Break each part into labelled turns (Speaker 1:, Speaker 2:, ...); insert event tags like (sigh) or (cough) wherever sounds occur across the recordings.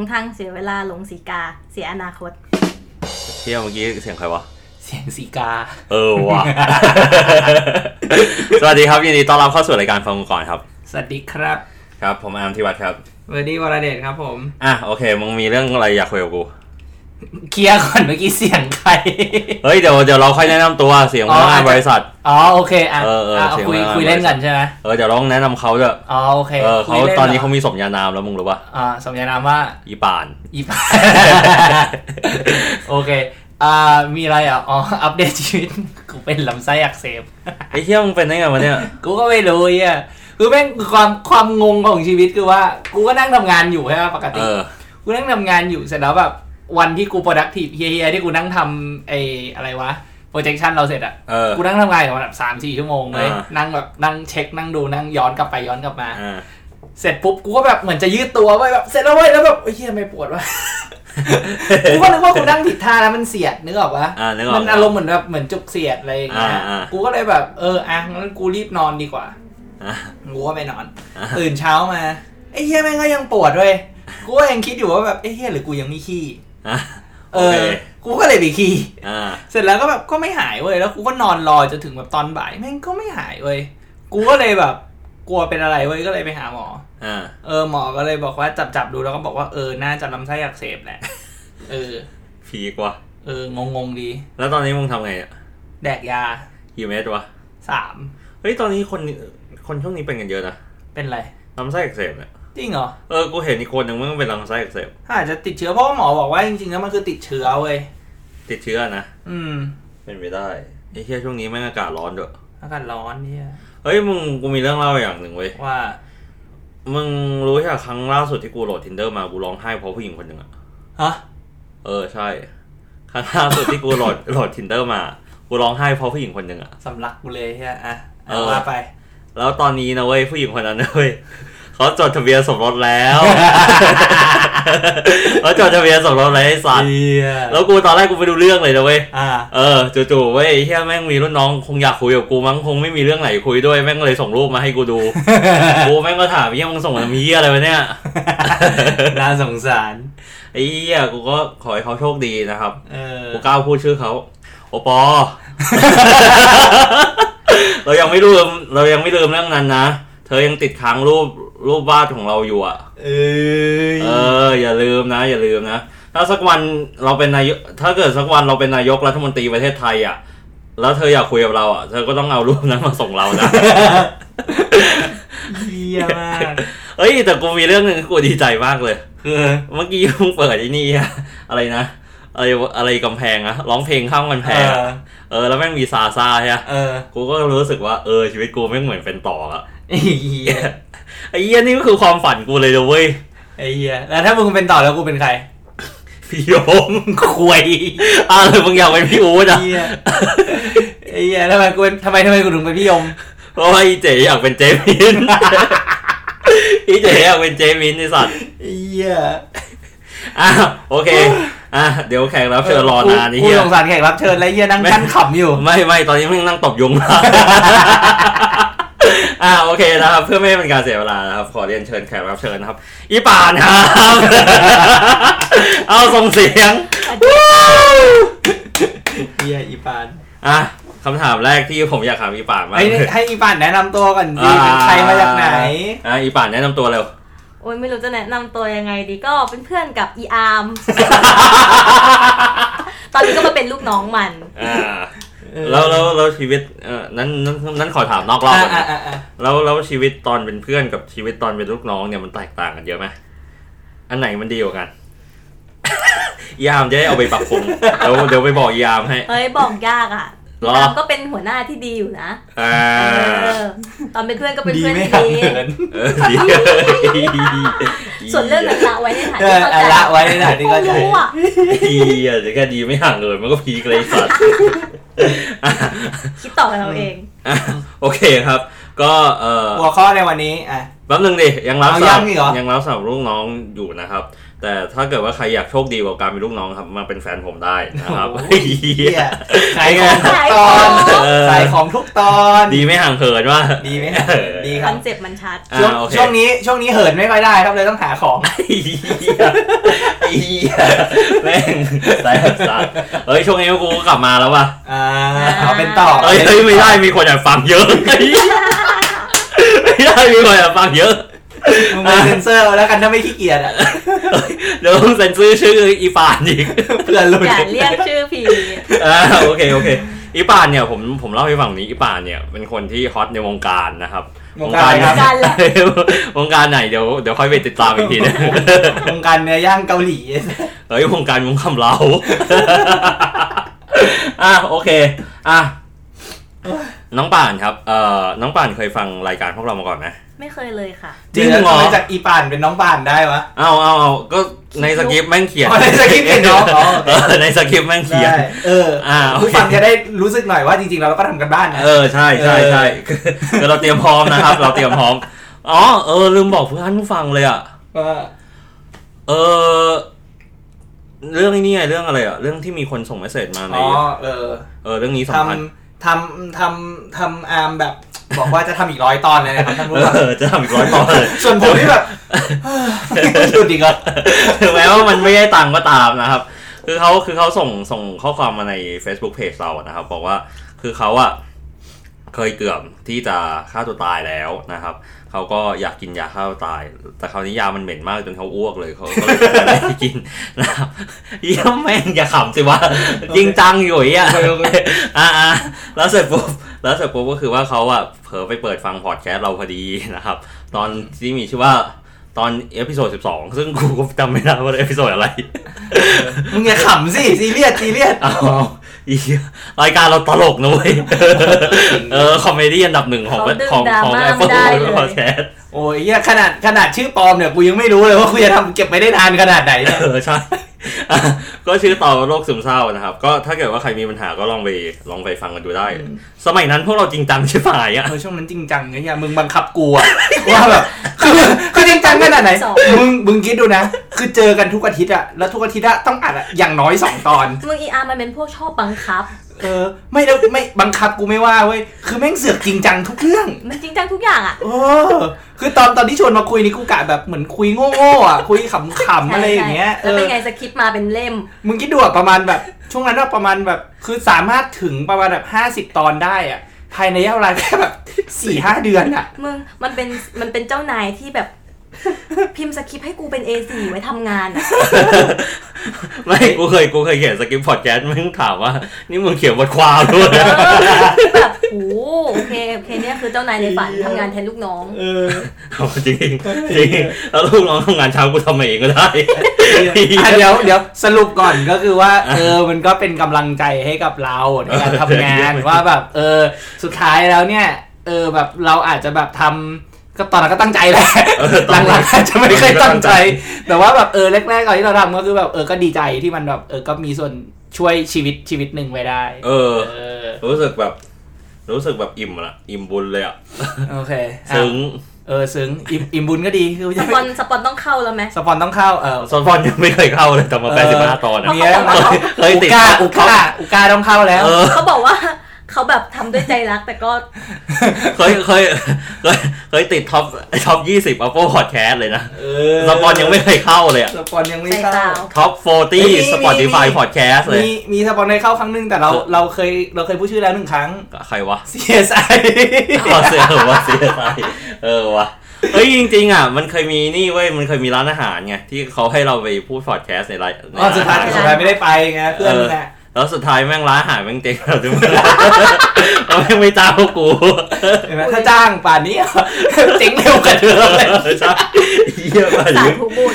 Speaker 1: งทางเสียเวลาหลงสีกา เสียอนาคต
Speaker 2: เที่ยเมื่อกี้เสียงใครวะ
Speaker 3: เสียงสีกา
Speaker 2: เออว่ะ (laughs) สวัสดีครับยินดีต้อนรับเข้าสู่รายการฟังกูก่อนครับ
Speaker 3: สวัสดีครับ
Speaker 2: ครับ ผมอาร์มธิวัฒน์ครับ
Speaker 3: เวอร์ดี้วรเดชครับผม
Speaker 2: อ่ะโอเคมึงมีเรื่องอะไรอยากคุยกับกู
Speaker 3: เคลียร์ก่อนเมื่อกี้เสียงใคร (laughs)
Speaker 2: เฮ้ยเดี๋ยวเดี๋ยวเราค่อยแนะนำตัวเสียงหั
Speaker 3: อ๋อ
Speaker 2: วหน้า
Speaker 3: อาจจะ
Speaker 2: บริษัท
Speaker 3: อ๋อโอเคอ่ะ
Speaker 2: เออเออ
Speaker 3: เอา
Speaker 2: เสียง
Speaker 3: คุย
Speaker 2: มา
Speaker 3: คุยเล่นกันใช่ไหม
Speaker 2: เออเดี๋ยวเราต้องแนะนำเขาด้วย
Speaker 3: อ๋อโอเค
Speaker 2: เออเขา
Speaker 3: คุยล่หร
Speaker 2: ตอนนี้เขามีสมญานามแล้วมึงรู้ป่ะ
Speaker 3: อ่าสมญานามว่า
Speaker 2: อีป่าน (laughs)
Speaker 3: อีปา (laughs) โอเคอ่ามีอะไรอ่ะอ๋ออัปเดตชีวิตกูเป็นลำไส้อักเสบ
Speaker 2: ไอ้เที่ยมึงเป็นได้ไงวะเนี่ย
Speaker 3: กูก็ไม่รู้ไอ่ะคือแม่งคือความความงงของชีวิตคือว่า กูก็นั่งทำงานอยู่ใช่ไหมปก
Speaker 2: เอ
Speaker 3: ติ
Speaker 2: อ
Speaker 3: กูนั่งทำงานอยู่เสร็จแล้วแบบวันที่กู productive เฮียๆที่กูนั่งทำไอ้อะไรวะ projection เราเสร็จอะ
Speaker 2: เออ
Speaker 3: กูนั่งทำงานอยู่ประมาณสามสี่ชั่วโมงเลย
Speaker 2: อ่า
Speaker 3: นั่งแบบนั่งเช็คนั่งดูนั่งย้อนกลับไปย้อนกลับมา
Speaker 2: อ่า
Speaker 3: เสร็จปุ๊บกูก็แบบเหมือนจะยืดตัวไว้ยแบบเสร็จแล้วเว้ยแล้วแบบเฮ้ยเหี้ยทำไมปวดวะ กูก็นึกว่ากูนั่งผิดท่าแล้วมันเสียดนึกออกปะ
Speaker 2: อ่านึกออก
Speaker 3: มันอารมณ์เหมือนแบบเหมือนจุกเสียดอะไรอย่างเงี้ย
Speaker 2: อ่าอ่า
Speaker 3: กูก็เลยแบบเอออ่ะงั้นกูรีบนอนดีกว่า
Speaker 2: อ่ะ (laughs)
Speaker 3: กูก็ไปนอน
Speaker 2: อ่ะ
Speaker 3: ตื่นเช้ามาไอ้เฮียแม่งก็ยังปวดเว้ยกูก็ยังคิดอยู่ว่าแบบไอ้เฮียหรือกูยังไม่ขี้
Speaker 2: อ่ะ
Speaker 3: เอ
Speaker 2: โอเค
Speaker 3: อ กูก็เลยไปขี้
Speaker 2: อ่า
Speaker 3: เสร็จแล้วก็แบบก็ไม่หายเว้ยแล้วกูก็นอนรอจนถึงแบบตอนบ่ายแม่งก็ไม่หายเว้ยกูก็เลยแบบ กลัวเป็นอะไรเว้ยก็เลยไปหาหมอ
Speaker 2: อ่า
Speaker 3: เออหมอก็เลยบอกว่าจับจับๆดูแล้วก็บอกว่าเออน่าจะลำไส้อักเสบแหละเออ
Speaker 2: พีกว่ะ
Speaker 3: เอองงงๆดี
Speaker 2: แล้วตอนนี้มึงทำไงเนี่ย
Speaker 3: แดกยา
Speaker 2: กี่เมตร (laughs) วะ
Speaker 3: สาม
Speaker 2: เฮ้ยตอนนี้คนคนช่วงนี้เป็นกันเยอะนะ
Speaker 3: เป็นไร
Speaker 2: ลำไส้อักเสบเนี่ย
Speaker 3: จริงเหรอ
Speaker 2: เออ กูเห็นอีกคนหนึ่งมันเป็นลำไส้อักเสบ
Speaker 3: อาจจะติดเชื้อเพราะว่าหมอบอกว่าจริงๆแล้วมันคือติดเชื้อเว้ย
Speaker 2: ติดเชื้อนะ
Speaker 3: อืม
Speaker 2: เป็นไปได้ไอ้เหี้ยช่วงนี้แม่งอากาศร้อนด้วย
Speaker 3: อากาศร้อนเนี่ย
Speaker 2: เฮ้ย มึงกูมีเรื่องเล่าอย่างหนึ่งเว้ย
Speaker 3: ว่า
Speaker 2: มึงรู้ใช่ปะครั้งล่าสุดที่กูโหลด tinder มากูร้องไห้เพราะผู้หญิงคนหนึ่งอะ
Speaker 3: ฮะ
Speaker 2: เออ ใช่ ครั้งล่าสุดที่กูโหลด โหลด tinder มา กูร้องไห้เพราะผู้หญิงคนหนึ่งอะ
Speaker 3: สำลักกูเลยใช่อ่ะ
Speaker 2: เอ
Speaker 3: เอา
Speaker 2: อ
Speaker 3: ว่าไป
Speaker 2: แล้วตอนนี้นะเว้ยผู้หญิงคนนั้นนะเว้ยเขาจดทะเบียนสมรสแล้ว (laughs) เขาจดทะเบียนสมรสแล้วไอ้สัตว์
Speaker 3: เหี้ย
Speaker 2: แล้วกูตอนแรกกูไปดูเรื่องเลยนะเว้ย
Speaker 3: อ่า
Speaker 2: เออจู่ๆเว้ยไอ้เฮียแม่งมีรุ่นน้องคงอยากคุยกับกูมั้งคงไม่มีเรื่องไหนคุยด้วยแม่งเลยส่งรูปมาให้กูดู กูแม่งก็ถามไอ้เฮียมึงส่งมาทำเฮียอะไรวะเนี่ย
Speaker 3: (laughs) น่าสงสาร
Speaker 2: ไอ้เฮียกูก็ขอให้เขาโชคดีนะครับ
Speaker 3: เออ
Speaker 2: กูกล้าพูดชื่อเขาโอปอ (laughs) เรายังไม่ลืมเรายังไม่ลืมเรื่องนั้นนะเธอยังติดค้างรูปรูปวาดของเราอยู่อ่ะ
Speaker 3: เอย
Speaker 2: เออ อย่าลืมนะ อย่าลืมนะ ถ้าสักวันเราเป็นนายกถ้าเกิดสักวันเราเป็นนายกรัฐมนตรีประเทศไทยอ่ะ แล้วเธออยากคุยกับเราอ่ะ เธอก็ต้องเอารูปนั้นมาส่งเรานะ (laughs)
Speaker 3: เยี่ยมาก
Speaker 2: เอ้ย แต่กูมีเรื่องหนึ่งที่กูดีใจมากเลย
Speaker 3: คือ
Speaker 2: เมื่อกี้มึงเปิดไอ้นี่อะอะไรนะ อะไรวะอะไรกำแพงอะร้องเพลงข้ามกำแพ
Speaker 3: เองอ
Speaker 2: อะเออ แล้วแม่งมีซาซาใช่ไหม
Speaker 3: เออ
Speaker 2: กูก็รู้สึกว่า เออ ชีวิตกูแม่งเหมือนเป็นต่ออะ
Speaker 3: ไอ้เหี้ย
Speaker 2: ไอ้เหี้ยนี่ก็คือความฝันกูเลยนะเว้ย (laughs)
Speaker 3: ไอ้เหี้ยแล้วถ้ามึงเป็นต่อแล้วกูเป็นใคร
Speaker 2: พี่โยมคุยอ่ะเลยมึงอยากเป็นพี่อู๊ดอะ
Speaker 3: เหี้ยไอ้เหี้ยทำไมกูเป็นทำไมทำไมกูถึงเป็นพี่ยม
Speaker 2: เพราะว่าอีเจอยากเป็นเจมิน (laughs) อีเจอยากเป็นเจมินไอสัตว์
Speaker 3: ไอ้เหี้ย
Speaker 2: อ่ะโอเค อ่ะเดี๋ยวแขกรับเชิญรอนานไอ้
Speaker 3: กู
Speaker 2: เหี้ย
Speaker 3: สงสารแขกรับเชิญแล้วไอ้เหี้ยนั่ง
Speaker 2: แม่
Speaker 3: กั้นขำอยู่
Speaker 2: ไม่ไม่ตอนนี้มึงนั่งตบยุง (laughs) มา อ่ะโอเคนะครับ เพื่อไม่ให้เป็นการเสียเวลานะครับ ขอเรียนเชิญแขกรับเชิญนะครับ อีป่านครับ (laughs) เอาส่งเสียง
Speaker 3: เหี้ยอีปาน
Speaker 2: อ่ะคำถามแรกที่ผมอยากถามอีป่านมาก
Speaker 3: ให้
Speaker 2: เลย
Speaker 3: ให้อีปานแนะนำตัวก่อนสิเป็นใครมาจากไหน
Speaker 2: อ่ะอีป่านแนะนำตัวเร็ว (laughs)
Speaker 1: โอ้ยไม่รู้จะแนะนำตัวยังไงดีก็เป็นเพื่อนกับอีอาร์ม (laughs) ตอนนี้ก็มาเป็นลูกน้องมัน
Speaker 2: อ่าแล้วแล้วแล้วชีวิตเออนั้นนั้นนั้นขอถามนอกรอบก่อนนะ
Speaker 3: อ่ะอ่ะอ่ะ
Speaker 2: แล้วแล้วชีวิตตอนเป็นเพื่อนกับชีวิตตอนเป็นลูกน้องเนี่ยมันแตกต่างกันเยอะไหมอันไหนมันดีกว่ากัน ยามจะได้เอาไปปรับปรุงเดี๋ยวเดี๋ยวไปบอกยามให้
Speaker 1: เฮ้ยบอกยากอ่ะ
Speaker 2: หรอ
Speaker 1: อาร์มก็เป็นหัวหน้าที่ดีอยู่นะ
Speaker 2: อ่า
Speaker 1: เออ ตอนเป็นเพื่อนก็เป็น
Speaker 3: ดี
Speaker 1: เพื่อนที่
Speaker 3: ไหมครับ
Speaker 1: ดี
Speaker 3: เขิน
Speaker 2: เออดี
Speaker 1: ส่วนเรื่องนั้นละไว้ในฐาน
Speaker 3: เอ
Speaker 1: ที่
Speaker 3: อ
Speaker 1: เข้า
Speaker 3: เอา
Speaker 1: ใจ
Speaker 3: ละไว้ในหนาที่
Speaker 1: กู
Speaker 3: ก็ใช่
Speaker 1: รู้อ่ะ
Speaker 2: ดีอ่ะแต่แค่ดีไม่ห่างเลยมันก็พีกเลยไอ้สัตว์
Speaker 1: คิดต่อกันเราเอง
Speaker 2: อ่ะโอเคครับ ก็เออ
Speaker 3: หัวข้อในวันนี้อ่ะ
Speaker 2: แป๊บนึงดิยังรับ
Speaker 3: เอา
Speaker 2: สมัค
Speaker 3: ยังอีกเหรอ
Speaker 2: ยังรับสมัครลูกน้องอยู่นะครับ แต่ถ้าเกิดว่าใครอยากโชคดีกว่าการเป็นลูกน้องครับมาเป็นแฟนผมได้นะครับ
Speaker 3: โอ้โห
Speaker 2: เหี้ย
Speaker 3: ขายของทุก
Speaker 1: ขาย
Speaker 3: ต
Speaker 1: ข
Speaker 3: อ
Speaker 1: อน ง
Speaker 2: เออ
Speaker 3: ขายของทุกตอน
Speaker 2: ดีไม่ห่างเหินว่า
Speaker 3: ดีไหมครับดีค
Speaker 1: ครับ อนเซ็ปต์มันชัด
Speaker 2: อ่ะ
Speaker 3: ช่วง
Speaker 2: โอเค
Speaker 3: ช่วงนี้ช่วงนี้เหินไม่ค่อยได้ครับเลยต้องหาของ
Speaker 2: ไอ้เหี้ยแม่งสายหักสายเฮ้ย ช่วงนี้กูก็กลับมาแล้วว่ะ
Speaker 3: อ่าเอาเป็นต่อ
Speaker 2: เฮ้ยเฮ้ยไม่ได้มีคนอยากฟังเยอะไอ้เหี้ยไม่ได้มีคนอยากฟังเยอะ
Speaker 3: มึงไปเซ็นเซอร์เอาแล้วกันถ้าไม่ขี้เกียจอะ
Speaker 2: เดี๋ยวต้องเซ็นชื่อชื่ออีป่านอีก
Speaker 3: เพื่อนรุ่น
Speaker 1: อย่าเรียกชื่อผี
Speaker 2: อ่าโอเคโอเค อีป่านเนี่ยผมผมเล่าให้ฟังนี้อีป่านเนี่ยเป็นคนที่ฮอตในวงการนะครับ
Speaker 3: วงการครับ
Speaker 1: กันแหละ
Speaker 2: (laughs) วงการไหนเดี๋ยวเดี๋ยวค่อยไปติดตามอีกทีนะ
Speaker 3: วงการเนื้อย่างเกาหลี
Speaker 2: เฮ้ยวงการวงคำเราอ่ะโอเคอ่ะน้องป่านครับเอ่อน้องป่านเคยฟังรายการพวกเรามาก่อนไหม
Speaker 1: ไม่เคยเลยค่ะ
Speaker 2: จริงเหรอ
Speaker 3: ดี๋ยวทำไมจากอีป่านเป็นน้องป่านได้วะ
Speaker 2: เอาเอาเอาก็ในสคริปต์แม่งเขียน
Speaker 3: อ๋อในสคริปต์เขียน
Speaker 2: (laughs)
Speaker 3: น้องอ๋อ
Speaker 2: เออในสคริปต์แม่งเขียน
Speaker 3: ได้เออ
Speaker 2: อ่าโอเค
Speaker 3: ผู้ฟังจะได้รู้สึกหน่อยว่าจริงๆเราก็ทำกันบ้านนะ
Speaker 2: เออใช่ใช่ใช่คือ (laughs) คือเราเตรียมพร้อมนะครับ เราเตรียมพร้อมอ๋อเออลืมบอกเพื่อนผู้ฟังเลยอ่ะ
Speaker 3: ว่า
Speaker 2: เออเรื่องไอ้นี่ไงเรื่องอะไรอ่ะเรื่องที่มีคนส่งเมสเซจมาใน
Speaker 3: อ๋อเออ
Speaker 2: เออเรื่องนี้
Speaker 3: ท
Speaker 2: สำคัญ
Speaker 3: ำทำทำทำอาร์มแบบ บอกว่าจะทำอีกร้อยตอนเลยนะครับท่าน
Speaker 2: เอ
Speaker 3: ผู้ฟัง
Speaker 2: อ (laughs) จะทำอีกร้อยตอนเลย
Speaker 3: ส่วนผมที่แบบเฮ้ยหยุดอีกแล้ว
Speaker 2: ถึงแม้ว่ามันไม่ได้ตังค์ก็ตามนะครับ คือเขาคือเขาส่งส่งข้อความมาใน Facebook Page เราอะนะครับ บอกว่าคือเขาอ่ะเคยเกือบที่จะฆ่าตัวตายแล้วนะครับเขาก็อยากกินยาฆ่าตัวตาย แต่คราวนี้ยามันเหม็นมากจนเขาอ้วกเลยเขาก็เลยไม่ได้กินนะครับ (laughs) เยี่ยมแม่งอย่าขำสิวะ (laughs) ยิงจังอยู่ไอ่ะ อ่าแล้วเสร็จปุ๊บแล้วเสร็จปุ๊บก็คือว่าเขาอะเผลอไปเปิดฟังพอดแคสต์เราพอดีนะครับ ตอนที่มีชื่อว่าตอนเอพิโซดสิบสองซึ่งกูก็จำไม่ได้ว่าเอพิโซดอะไร
Speaker 3: มึงอย่าขำสิซีเรียสซีเรียส
Speaker 2: เอาอีเหี้ยรายการเราตลกนะเว้ย เออ คอมเมดี้อันดับหนึ่งของ
Speaker 1: เขาดึง
Speaker 2: ของ
Speaker 1: ดรา
Speaker 2: ของ
Speaker 1: ม่า
Speaker 2: แอป
Speaker 1: ไม่
Speaker 2: เปิล
Speaker 1: ได้เลย
Speaker 2: พอดแคสต์
Speaker 3: โอ้ยเหี้ยขนาดขนาดชื่อปลอมเนี่ยกูยังไม่รู้เลยว่ากูจะทำเก็บไปได้นานขนาดไหนเนี่ย
Speaker 2: เออ ใช่ (laughs) อ่ะก็ชื่อต่อโรคซึมเศร้านะครับ ก็ถ้าเกิดว่าใครมีปัญหาก็ลองไปลองไปฟังกันดูได้ สมัยนั้นพวกเราจริงจังใช่ฝ่ายอ่ะ
Speaker 3: เออช่วงนั้นจริงจังเนี่ยเหี้ยมึงบังคับกูอะว่าแบบคือคือจริงจังขนาดไหน
Speaker 1: สอง
Speaker 3: มึงมึงคิดดูนะ คือเจอกันทุกอาทิตย์อะแล้วทุกอาทิตย์อะต้องอัดอะอย่างน้อยสองตอน
Speaker 1: มึงอีอาร์มันเป็นพวกชอบบังคับ
Speaker 3: เออไม่แล้วไม่บังคับกูไม่ว่าเว้ยคือแม่งเสือกจริงจังทุกเรื่อง
Speaker 1: มันจริงจังทุกอย่างอ่ะ
Speaker 3: เออคือตอนตอนที่ชวนมาคุยนี่กูกะแบบเหมือนคุยโง่ๆอ่ะ (laughs) คุยขำๆอะไรอย่างเงี้ยเอ
Speaker 1: แล้วเป็น
Speaker 3: อ
Speaker 1: ไงสคริปต์มาเป็นเล่ม
Speaker 3: มึงคิดดูอะประมาณแบบ ช่วงนั้นว่าประมาณแบบคือสามารถถึงประมาณแบบห้าสิบ50 ตอนได้อ่ะ ภายในระยะเวลาแค่แบบสี่ห้าเดือนอ่ะ
Speaker 1: มึงมันเป็นมันเป็นเจ้านายที่แบบ พิมพ์สคริปต์ให้กูเป็น A4 ไว้ทำงาน
Speaker 2: (laughs)
Speaker 1: อะ
Speaker 2: ไม่ กูเคย กูเคยเขียนสคริปต์พอดแคสต์มึงถามว่า นี่มึงเขียนบทความด้วยนะ
Speaker 1: แบบโอ้โอเคโอเคเนี่ยคือเจ้านายในฝันทำงานแทนลูกน้อง
Speaker 3: เออ
Speaker 2: เอาจริงจริงแล้วลูกน้องทำงานเช้ากูทำเองก็ได้
Speaker 3: อ่ะเดี๋ยวเดี๋ยวสรุปก่อนก็คือว่าเออมันก็เป็นกำลังใจให้กับเราในการทำ
Speaker 2: (laughs)
Speaker 3: งานว่าแบบเออสุดท้ายแล้วเนี่ยเออแบบเราอาจจะแบบทำก็ตอนนั้นก็ตั้งใจแหละ
Speaker 2: เออตอน
Speaker 3: ห
Speaker 2: นั้
Speaker 3: ลั
Speaker 2: น
Speaker 3: งๆอาจจะไม่ค่อยตั้งใจ แต่ว่าแบบเออแรกๆตอนที่เราทำก็คือแบบเออก็ดีใจที่มันแบบเออก็มีส่วนช่วยชีวิตชีวิตหนึ่งไว้ได้
Speaker 2: เออ
Speaker 3: เออ
Speaker 2: รู้สึกแบบ รู้สึกแบบอิ่มละอิ่มบุญเลยอ่ะ
Speaker 3: โอเคอ่ะ
Speaker 2: ซึ้ง
Speaker 3: เออซึ้งอิ่มอิ่มบุญก็ดีคือ
Speaker 1: ส
Speaker 3: จะ
Speaker 1: ปอนสปอนต้องเข้าแล้วไหม
Speaker 3: สปอนต้องเข้าเออ
Speaker 2: สอนฟอนยังไม่เคยเข้าเลยแต่มา
Speaker 3: เออ
Speaker 2: แปดสิบห้าตอนอะ
Speaker 1: มี
Speaker 3: เนี่ย
Speaker 1: เขาบอกว่า
Speaker 2: เคย
Speaker 3: อุ
Speaker 2: ติด
Speaker 3: ก้าอุก้าอุก้าต้องเข้าแล้ว
Speaker 2: เออ
Speaker 1: เขาบอกว่าเขาแบบทำด้วยใจรักแต่ก็
Speaker 2: เคยเคยเคยเคยติดท็อปท็อปยี่สิบ Apple Podcast เลยนะ
Speaker 3: เ
Speaker 2: สปอนยังไม่เคยเข้าเลยอะ
Speaker 3: สปอนยังไม่
Speaker 1: ใจเป
Speaker 3: เข้า
Speaker 1: ล่า
Speaker 2: ท็อป
Speaker 3: มีมี
Speaker 2: 40 Spotify
Speaker 3: มี
Speaker 2: Podcast เลย
Speaker 3: มีมีสปอนได้เข้าครั้งหนึงแต่เรา
Speaker 2: เออ
Speaker 3: เราเคยเราเคยพูดชื่อแล้วหนึ่งครั้ง
Speaker 2: ใครวะ
Speaker 3: (laughs) CSI
Speaker 2: วาเสียว่าเสียใจเออวะเฮ้ยจริงๆอ่ะมันเคยมีนี่เว้ยมันเคยมีร้านอาหารไงที่เขาให้เราไปพูดพอดแคสต์ในร้านใน
Speaker 3: อ๋
Speaker 2: ร้า
Speaker 3: อ
Speaker 2: น
Speaker 3: สุด
Speaker 2: อาหา
Speaker 3: ท้า
Speaker 2: ย ร
Speaker 1: ใช่
Speaker 3: สุดท้ายไม่ได้ไปไงเพื่อนน่ะ
Speaker 2: แล้วสุดท้ายแม่งร้านอาหารแม่งเจ๊งเราด้วยเราแม่งไม่จ้างพวก
Speaker 3: (laughs)
Speaker 2: กู
Speaker 3: เห็นไหมถ้าจ้างป่านนี้ (laughs) เจ๊งเร็วกว่าเดิมเลย
Speaker 2: เออใช่เยี่ยมมาก
Speaker 1: สายทุบุญ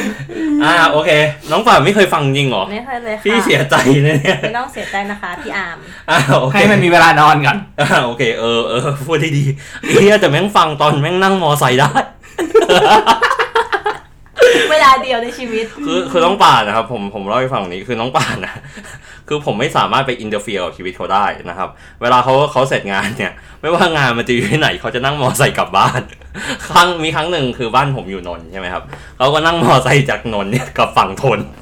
Speaker 2: อ่าโอเค น้องป่านไม่เคยฟังจริงเหรอ
Speaker 1: ไม่เคยเลยค่ะ
Speaker 2: พี่เสียใจนะเนี่ย
Speaker 1: ไม่ต้องเสียใจนะคะพี่อาร์ม
Speaker 2: อ่าโอเค
Speaker 3: ให้มันมีเวลานอนก่อน
Speaker 2: อ่าโอเคเออเออพูดได้ดีเฮียแต่แม่งฟังตอนแม่งนั่งมอไซค์ได้
Speaker 1: เวลาเดียวในชีวิต
Speaker 2: คือคือน้องป่านนะครับผมผมเล่าให้ฟังนี้คือน้องป่านนะ (laughs) คือผมไม่สามารถไปอินเตอร์เฟียกับชีวิตเขาได้นะครับ (laughs) เวลาเขาเขาเสร็จงานเนี่ย ไม่ว่างานมันจะอยู่ที่ไหนเขาจะนั่งมอไซค์กลับบ้าน ครั้งมีครั้งหนึ่งคือบ้านผมอยู่นนท์ใช่ไหมครับเขาก็นั่งมอไซค์จากนนท์เนี่ยกลับฝั่งทน (laughs)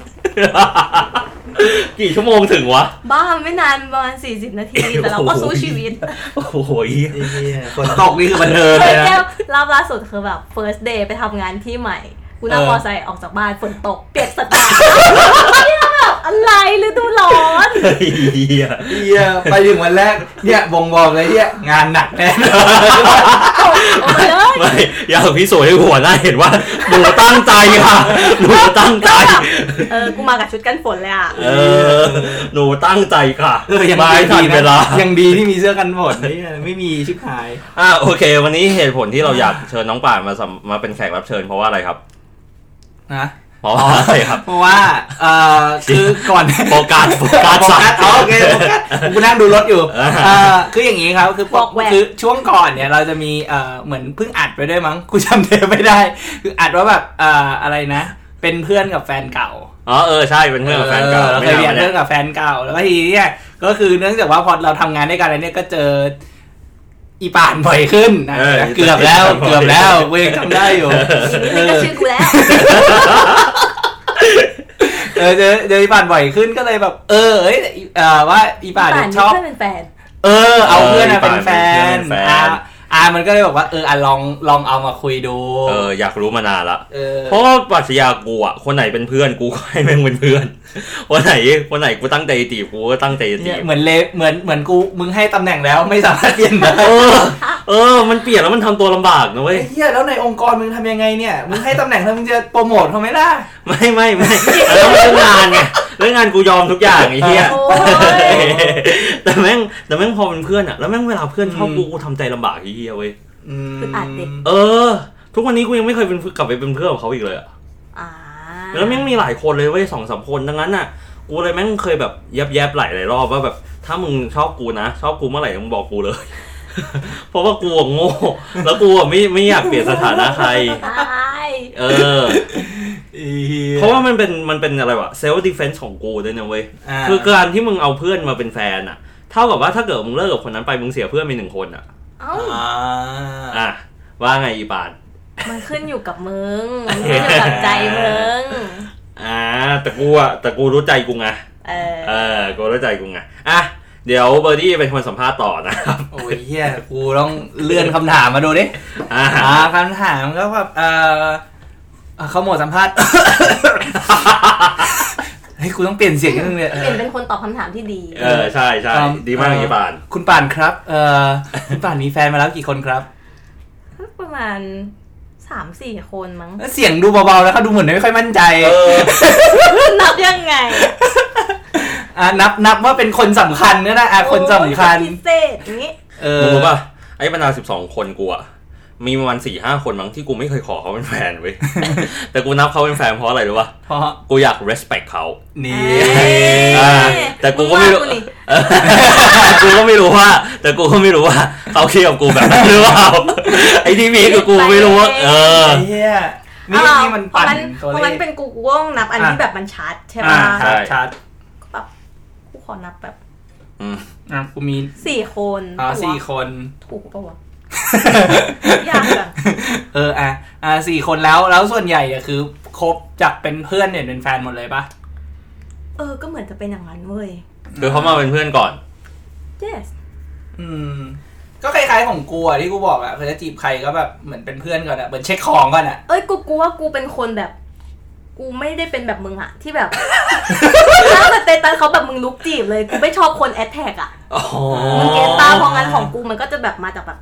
Speaker 2: กี่ชั่วโมงถึงวะ
Speaker 1: บ้าไม่นานประมาณสี่สิบนาที แต่เราก็สู้ชีวิต
Speaker 2: โอ้โหเหี้ย
Speaker 3: ฝนตกนี่คือบันเทิง
Speaker 1: เค
Speaker 3: เลย ยนะ
Speaker 1: แก้วรอบล่าสุดคือแบบ first day ไปทำงานที่ใหม่ กูนั่งมอไซค์ออกจากบ้านฝนตก เปียกสตาร์ (laughs) แบบอะไรฤดูร้อน
Speaker 2: เหี้ย
Speaker 3: เฮียไปถึงวันแรกเนี่ยบ่งบอกเลยเนี่ยงานหนักแน่
Speaker 1: โอ้ยเลย
Speaker 2: ไม่อยากพิสูจน์ให้หัวหน้าเห็นว่าหนูตั้งใจค่ะหนูตั้งใจ
Speaker 1: เออ กูมากับชุดกันฝนเลยอ่ะ
Speaker 2: เออ หนูตั้งใจค่ะ
Speaker 3: เออยัง
Speaker 2: มา
Speaker 3: ดี
Speaker 2: ให้ทัน
Speaker 3: นะ
Speaker 2: เวลา
Speaker 3: ยังดีที่มีเสื้อกันฝนเนี่ยไม่มีชิบหาย
Speaker 2: อ่ะโอเค วันนี้เหตุผลที่เราอ
Speaker 3: (laughs)
Speaker 2: ยากเชิญน้องป่านมาสัมมาเป็นแขกรับเชิญเพราะว่าอะไรครับ
Speaker 3: นะ
Speaker 2: เพราะว่าอะไร
Speaker 3: (laughs)
Speaker 2: ครับ
Speaker 3: เพราะว่าเอ่อคือก่อน
Speaker 2: โฟกัสโฟกัส
Speaker 3: โฟ
Speaker 2: สัต
Speaker 3: กัส
Speaker 2: ว์
Speaker 3: อ๋อโอเคโฟกัสกูนั่งดูรถอยู่
Speaker 2: อ่า
Speaker 3: เอ่อคืออย่างนี้ครับ คือปก
Speaker 1: บอกแหวก
Speaker 3: คือช่วงก่อนเนี่ยเราจะมีเอ่อเหมือนเพิ่งอัดไปด้วยมั้ง (laughs) กูจำเทปไม่ได้ คืออัดว่าแบบเอ่ออะไรนะ เป็นเพื่อนกับแฟนเก่า
Speaker 2: อ๋อเออใช่เป็นเพื่อนกับแฟนเก่า
Speaker 3: ออเรา
Speaker 2: ไม่
Speaker 3: เคย
Speaker 2: นานมาเนี่
Speaker 3: เรียนเพื่
Speaker 2: ย
Speaker 3: อนกับแฟนเก่า แล้วก็ทีนี้เนี่ยก็คือเนื่องจากว่าพอเราทำงานด้วยกันแล้วเนี่ยก็เจออีป่านบ่อยขึ้นนะเกือบแล้วเกือบแล้วกูยังจำได้
Speaker 2: (laughs)
Speaker 3: อยู่
Speaker 1: นี่ก็ชื่อกูแล้ว
Speaker 3: เออเจอเจออีป่านบ่อยขึ้นก็เลยแบบ เออเอ้ยเอ่อว่าอีป่านเนี่ยชอบ
Speaker 1: เพื่อนเป็นแฟน
Speaker 3: เออเอาเพื่อนมาเป็นแฟน
Speaker 2: เป็เพื่อเป็แฟ
Speaker 3: อ่าน อ่ามันก็เลยบอกว่าเอออ่ะลองลองเอามาคุยดู
Speaker 2: เอออยากรู้มานานละ
Speaker 3: เออ
Speaker 2: เพราะว่าปรัชญากูอะคนไหนเป็นเพื่อนกูก็ให้แม่งเป็นเพื่อน (laughs) วันไหนวันไหนกูตั้งใจจีบกูก็ตั้งใจจี
Speaker 3: เนี่ย
Speaker 2: บ
Speaker 3: เหมือนเลเหมือนเหมือนกูมึงให้ตำแหน่งแล้วไม่สามารถเปลี่ยนได้
Speaker 2: เออ เออ มันเปลี่ยนแล้วมันทำตัวลำบากนะเว้ย
Speaker 3: ไอ้เหี้ยแล้วในองค์กรมึงทำยังไงเนี่ยมึงให้ตำแหน่งแล้วมึงจะโปรโมทเขาไหมล่ะ
Speaker 2: ไม่ไม่ไม่
Speaker 3: (laughs)
Speaker 2: เรื่องเรื่องงานไงเรื่องงานกูยอมทุกอย่างไอ้เหี้ย
Speaker 1: โอ้ย
Speaker 2: (laughs) แต่แม่งแต่แม่งพอเป็นเพื่อนอะแล้วแม่งเวลาเพื่อนชอบกูกูทำใจลำบากไอ้เหี้ยเว้ย
Speaker 3: อืม
Speaker 1: คืออัดดิ
Speaker 2: เออ ทุกวันนี้กูยังไม่เคยเป็นเพื่อนกลับไปเป็นเพื่อนกับเขาอีกเลยอะ
Speaker 1: อ่า
Speaker 2: แล้วแม่งมีหลายคนเลยเว้ยสองสามคนดังนั้นน่ะ กูเลยแม่งเคยแบบยับแยบๆหลายหลายรอบว่าแบบ ถ้ามึงชอบกูนะ ชอบกูเมื่อไหร่มึงบอกกูเลย (laughs) เพราะว่ากูอะโง่ แล้วกูอะไม่ไม่อยากเปลี่ยนสถานะใคร
Speaker 1: ตาย
Speaker 2: เออ (laughs)
Speaker 3: ไอ้เหี้ย
Speaker 2: เพราะว่ามันเป็นมันเป็นอะไรวะเซลล์ดิเฟนซ์ของกูด้วยนะเว้ย
Speaker 3: า
Speaker 2: คือการที่มึงเอาเพื่อนมาเป็นแฟนอ่ะ เท่ากับว่าถ้าเกิดมึงเลิกกับคนนั้นไปมึงเสียเพื่อนไปหนึ่งคนอ่ะ
Speaker 1: เอ้า
Speaker 3: อ่า
Speaker 2: อ่ะ ว่าไงอีปาน
Speaker 1: มันขึ้นอยู่กับมึง มันขึ้นอยู่กับใจมึง
Speaker 2: อ่า แต่กูอ่ะแต่กูรู้ใจกูไง
Speaker 1: เออ
Speaker 2: เออกูรู้ใจกูไงอ่ะ เดี๋ยวเบอร์ดี้เป็นคนสัมภาษณ์ต่อนะครับ
Speaker 3: โอ้ยเหี้ยกูต้องเลื่อนคำถามมาดูดิ
Speaker 2: อ่า
Speaker 3: อ่าคำถามก็แบบเออเอ่อเขาหมดสัมภาษณ์ (coughs) เฮ้ยกูต้องเปลี่ยนเสียงนิดนึงเนี่ย
Speaker 1: เปลี่ยนเป็นคนตอบคำถามที่ดี
Speaker 2: เออ ใช่ใช่
Speaker 3: ครับ
Speaker 2: ดีมาก
Speaker 3: เอ่อ
Speaker 2: อีปาน
Speaker 3: คุณป่านครับเอ
Speaker 2: (laughs)
Speaker 3: อคุณป่านมีแฟนมาแล้วกี่คนครับ
Speaker 1: ประมาณสามสี่คนมั้ง (laughs)
Speaker 3: เสียงดูเบาๆแล้วเขาดูเหมือนไม่ค่อยมั่นใจ
Speaker 2: เออ
Speaker 1: นับยังไง
Speaker 3: อ่ะนับนับว่าเป็นคนสำคัญก็ได้อ่ะคนสำคัญ
Speaker 1: โอ้ยพิเศษอย่างงี้
Speaker 3: เออ
Speaker 2: มึงรู้ป่ะ ไอ้บรรดาสิบสองคนกูอะมีประมาณสี่ห้าคนมั้งที่กูไม่เคยขอเขาเป็นแฟนเว้ย แต่กูนับเขาเป็นแฟนเพราะอะไรรู้ป่ะ
Speaker 3: เพราะ
Speaker 2: กูอยาก respect เขา
Speaker 3: นี่
Speaker 1: เอ้ย
Speaker 2: อ่าแต่กูก็ไม่รู้
Speaker 1: มึงว่ากูนี่
Speaker 2: เออกูก็ไม่รู้ว่า แต่กูก็ไม่รู้ว่าเขาคิดกับกูแบบนั้นหรือเปล่า ไอ้ที่มีกับกูไม่รู้ว่าเออ
Speaker 3: ไอ้เฮียนี่
Speaker 1: อ้าว
Speaker 3: นี่มันปั่น
Speaker 1: เพ
Speaker 3: ตัว
Speaker 1: ราะมันเพราะ
Speaker 3: เล
Speaker 1: มัน
Speaker 3: ข
Speaker 1: เป็นกูกูก็ต้องนับอันที่แบบมันชัดใช่
Speaker 3: อ่า
Speaker 1: ปะ
Speaker 2: ใช่
Speaker 3: ชัดชัด
Speaker 1: กูขอนับแบบ
Speaker 2: อืม
Speaker 3: อ่ะกูมี
Speaker 1: สี่คน
Speaker 3: อ่าสี่คน
Speaker 1: ถูกปะวะยากจัง
Speaker 3: เอออ่ะอ่ะสี่คนแล้วแล้วส่วนใหญ่อะคือคบจากเป็นเพื่อนเนี่ยเป็นแฟนหมดเลยปะ
Speaker 1: เออ ก็เหมือนจะเป็นอย่างนั้นเว้ย
Speaker 2: คือเขามาเป็นเพื่อนก่อน
Speaker 1: yes
Speaker 3: อืม ก็คล้ายๆของกูอะที่กูบอกอะคือจะจีบใครก็แบบเหมือนเป็นเพื่อนก่อนอะเหมือนเช็คของก่อนอะ
Speaker 1: เอ้ยกูกูว่ากูเป็นคนแบบ กูไม่ได้เป็นแบบมึงอะที่แบบ ถ้าสเตตัสเขาแบบมึงลุกจีบเลยกูไม่ชอบคนแอดแท็กอะ
Speaker 2: อ๋อ
Speaker 1: มึงเกตตาเพราะงั้นของกูมันก็จะแบบมาจากแบบ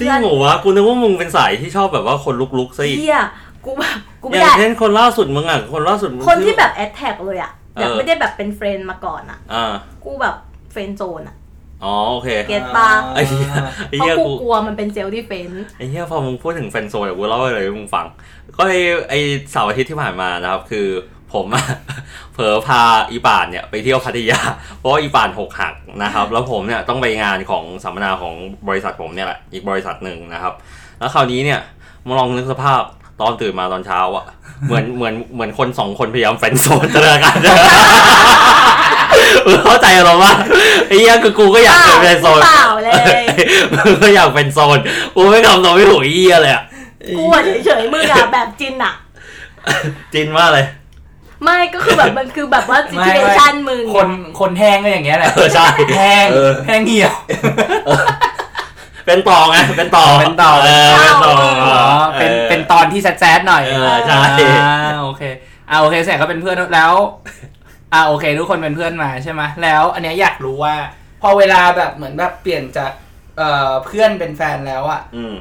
Speaker 2: จริ
Speaker 1: เพื่
Speaker 2: ง
Speaker 1: อน
Speaker 2: เหรอวะกูนึกว่ามึงเป็นสายที่ชอบแบบว่าคนลุกๆซะอีก
Speaker 1: เที่ยกูแบบกู
Speaker 2: อ
Speaker 1: ไม่
Speaker 2: ย่าง
Speaker 1: ได้
Speaker 2: เช่นคนล่าสุดมึงอ่ะคนล่าสุดมึง
Speaker 1: คนที่แบบแอดแท็กเลยอะ
Speaker 2: เออ
Speaker 1: แบบไม่ได้แบบเป็นเฟรนด์มาก่อนอะ
Speaker 2: อ่า
Speaker 1: กูแบบเฟรนด์โซนอะ
Speaker 2: อ๋อโอเค
Speaker 1: เก็ตปะ
Speaker 2: ไอ้เหี้ยไอ้
Speaker 1: เพ
Speaker 2: เหี้ย
Speaker 1: ราะกู
Speaker 2: กู
Speaker 1: กลัวมันเป็นเซลล์ที่เฟนซ์
Speaker 2: ไอ้เหี้ยพอมึงพูดถึงแฟนโซนเดี๋ยวกูเล่าอะไรให้มึงฟัง ก็ไอ้ไอ้เสาร์อาทิตย์ที่ผ่านมานะครับ คือผมอะ (laughs) เผลอพาอีป่านเนี่ยไปเที่ยวพัทยา เพราะว่าอีป่านหกหักนะครับ แล้วผมเนี่ยต้องไปงานของสัมมนาของบริษัทผมเนี่ยแหละอีกบริษัทหนึ่งนะครับ แล้วคราวนี้เนี่ยมึงลองนึกสภาพตอนตื่นมาตอนเช้าอะเหมือน (laughs) เหมือนเหมือนคนสองคนพยายามแฟนโซนตระกัน (laughs) มึงเข้าใจเราว่าไอ้เหี้ยคือกูก็อยากเป็นแฟนโซน
Speaker 1: เปล่าเลย
Speaker 2: (laughs) มึงก็อยากเป็นโซน กูไม่ทำตัวไม่ถูกไอ้เหี้ยเลยอะ
Speaker 1: กูอะเฉยๆมึงอะแบบจินอะ
Speaker 2: จินว่าอะไร
Speaker 1: ไม่ก็คือแบบมันคือแบบว่าซิ
Speaker 3: ไม่
Speaker 1: ทู
Speaker 3: ไม่
Speaker 1: เอชั่นมึง
Speaker 3: คนคนแห้งก็อย่างเงี้ยแหละ
Speaker 2: เออใช่
Speaker 3: แห้ง
Speaker 2: เออ
Speaker 3: แห้งเหี่ยว
Speaker 2: เป็นต่อไงเป็นต่อ
Speaker 3: เป็นต่อ
Speaker 2: เออเป็นต่อ
Speaker 3: อ๋อเป็น
Speaker 2: ออ
Speaker 3: เป็นตอนที่แจ๊ดๆหน่อย
Speaker 2: เออใช่
Speaker 3: อ่าโอเคอ่าโอเคเสร็จก็เป็นเพื่อนแล้วอ่าโอเค ทุกคนเป็นเพื่อนมาใช่ไหมแล้ว อันเนี้ยอยากรู้ว่า พอเวลาแบบเหมือนแบบเปลี่ยนจากเอ่อเพื่อนเป็นแฟนแล้วอ่ะ
Speaker 2: อืม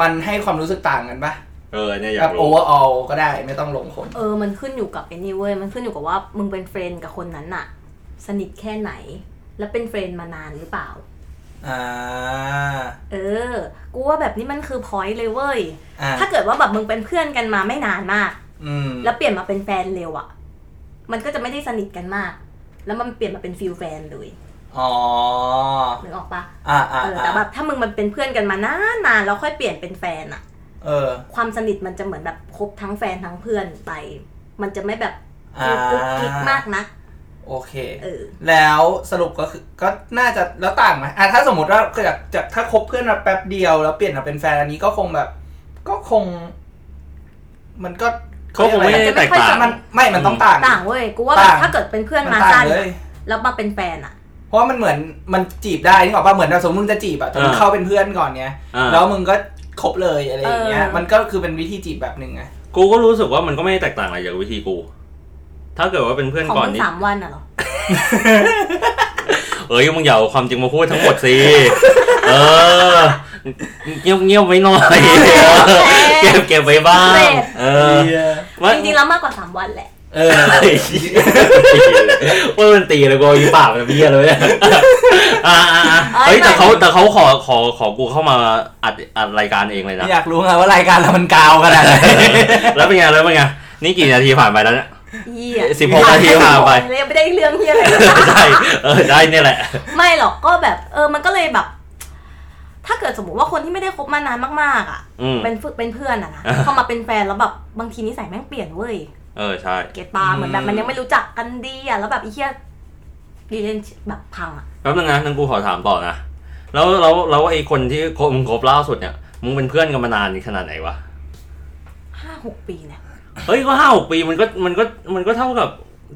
Speaker 3: มันให้ความรู้สึกต่างกันปะ
Speaker 2: เออเนี่ยอยา
Speaker 3: แบ
Speaker 2: ก
Speaker 3: บโอ
Speaker 2: รู้
Speaker 3: เวอร์ออลก็ได้ไม่ต้องลงคน
Speaker 1: เออมันขึ้นอยู่กับไอ้นี่เว้ยมันขึ้นอยู่กับว่ามึงเป็นเฟรนด์กับคนนั้นอะสนิทแค่ไหน และเป็นเฟรนด์มานานหรือเปล่า
Speaker 3: อ่า
Speaker 1: เออ กูว่าแบบนี้มันคือพอยต์เลยเว้ย
Speaker 3: อ่า
Speaker 1: ถ้าเกิดว่าแบบมึงเป็นเพื่อนกันมาไม่นานมาก
Speaker 3: อืม
Speaker 1: แล้วเปลี่ยนมาเป็นแฟนเร็วอะ่ะ มันก็จะไม่ได้สนิทกันมาก แล้วมันเปลี่ยนมาเป็นฟิลแฟนเลย
Speaker 3: อ๋อ
Speaker 1: นึกออกปะ
Speaker 3: อ่าอ่า
Speaker 1: เออแต่แบบถ้ามึงมันเป็นเพื่อนกันมานานนานๆแล้วค่อยเปลี่ยนเป็นแฟนอะ่ะ
Speaker 3: เออ
Speaker 1: ความสนิทมันจะเหมือนแบบคบทั้งแฟนทั้งเพื่อนไป มันจะไม่แบบ
Speaker 3: อ่า
Speaker 1: กุ๊กกิ๊กมากนะ
Speaker 3: โอเค
Speaker 1: เออ
Speaker 3: แล้วสรุปก็คือก็น่าจะแล้วต่างไหมอ่ะถ้าสมมติว่าจากจากถ้าคบเพื่อนมาแป๊บเดียวแล้วเปลี่ยนมาเป็นแฟนอันนี้ก็คงแบบ ก็คง มันก็
Speaker 2: เขาคงไม่ได้แตกต่าง
Speaker 3: มัน ไม่มันต้องต่าง
Speaker 1: ต่างเว้ย กูว่าแบบ
Speaker 3: ต่าง
Speaker 1: ถ้าเกิดเป็นเพื่อน
Speaker 3: มัน
Speaker 1: มา
Speaker 3: ต่าง
Speaker 1: สั้น
Speaker 3: เล
Speaker 1: อะ
Speaker 3: ย
Speaker 1: แล้วมาเป็นแฟนอะ่ะ
Speaker 3: เพราะว่ามันเหมือนมันจีบได้นี่บอกว่าเหมือนแบบสมมติมึงจะจีบอ่ะแต่มึง
Speaker 2: อ่า
Speaker 3: เข้าเป็นเพื่อนก่อนเนี้ย
Speaker 2: อ่า
Speaker 3: แล้วมึงก็คบเลยอะไรอย่างเงี้ย
Speaker 1: เออ
Speaker 3: มันก็คือเป็นวิธีจีบแบบหนึ่งไง
Speaker 2: กูก็รู้สึกว่ามันก็ไม่ได้แตกต่างอะไรจากวิธีกู ถ้าเกิดว่าเป็นเพื่อน
Speaker 1: ของ
Speaker 2: ก่อน
Speaker 1: มึง
Speaker 3: (laughs)
Speaker 2: นี่
Speaker 1: สามวันอ่ะเหรอ
Speaker 2: เอ้ยมึงอย่าเอาความจริงมาพูดทั้งหมด
Speaker 3: (laughs)
Speaker 2: สิ เออเงียบเงียบไว้หน่อยเออ (laughs) เก็บเก็บไว้บ้าง
Speaker 1: เสร็จ
Speaker 2: เออว่า
Speaker 1: จริงๆแล้วมากกว่าสามวันแหละ
Speaker 3: เออ
Speaker 2: เฮ้ยว่ามันตีเลยกูเอาอีปากมันเบี้ยเลยเนี่ยอ่าอ่าอ่าเฮ้ยแต่เขาแต่เขาขอขอขอกูเข้ามาอัดอัดรายการเองเลยนะ
Speaker 3: อยากรู้ไงว่ารายการเรามันกาวขนาดไหน
Speaker 2: แล้วเป็นไงแล้วเป็นไงนี่กี่นาทีผ่านไปแล้ว (laughs) เนี่ย
Speaker 1: เยี่ย
Speaker 2: สิบหกนาทีผ่านไป
Speaker 1: เลยไม่ได้เรื่องเฮียอะไรเลย
Speaker 2: ใช่เออได้เนี่ยแหละ
Speaker 1: ไม่หรอกก็แบบเออมันก็เลยแบบ ถ้าเกิดสมมติว่าคนที่ไม่ได้คบมานานมากๆอ่ะ
Speaker 2: อืม
Speaker 1: เป็นเพื่อนเป็นเพื่อนอะนะ
Speaker 2: อ่า
Speaker 1: พอมาเป็นแฟนแล้วแบบบางทีนิสัยแม่งเปลี่ยนเว้ย
Speaker 2: เออใช่
Speaker 1: เกตปา
Speaker 3: อืม
Speaker 1: เหมือนแบบมันยังไม่รู้จักกันดีอ่ะแล้วแบบไอ้เหี้ยดีเลนแบบพังอ่ะ
Speaker 2: แป๊บนึงนะนังกูขอถามต่อนะ แล้วแล้วแล้วไอ้คนที่คบมึงคบล่าสุดเนี่ย มึงเป็นเพื่อนกันมานานขนาดไหนวะ
Speaker 1: ห้าหกปีเนี่ย
Speaker 2: เฮ้ยก็ห้าหกปีมันก็มันก็มันก็เท่ากับ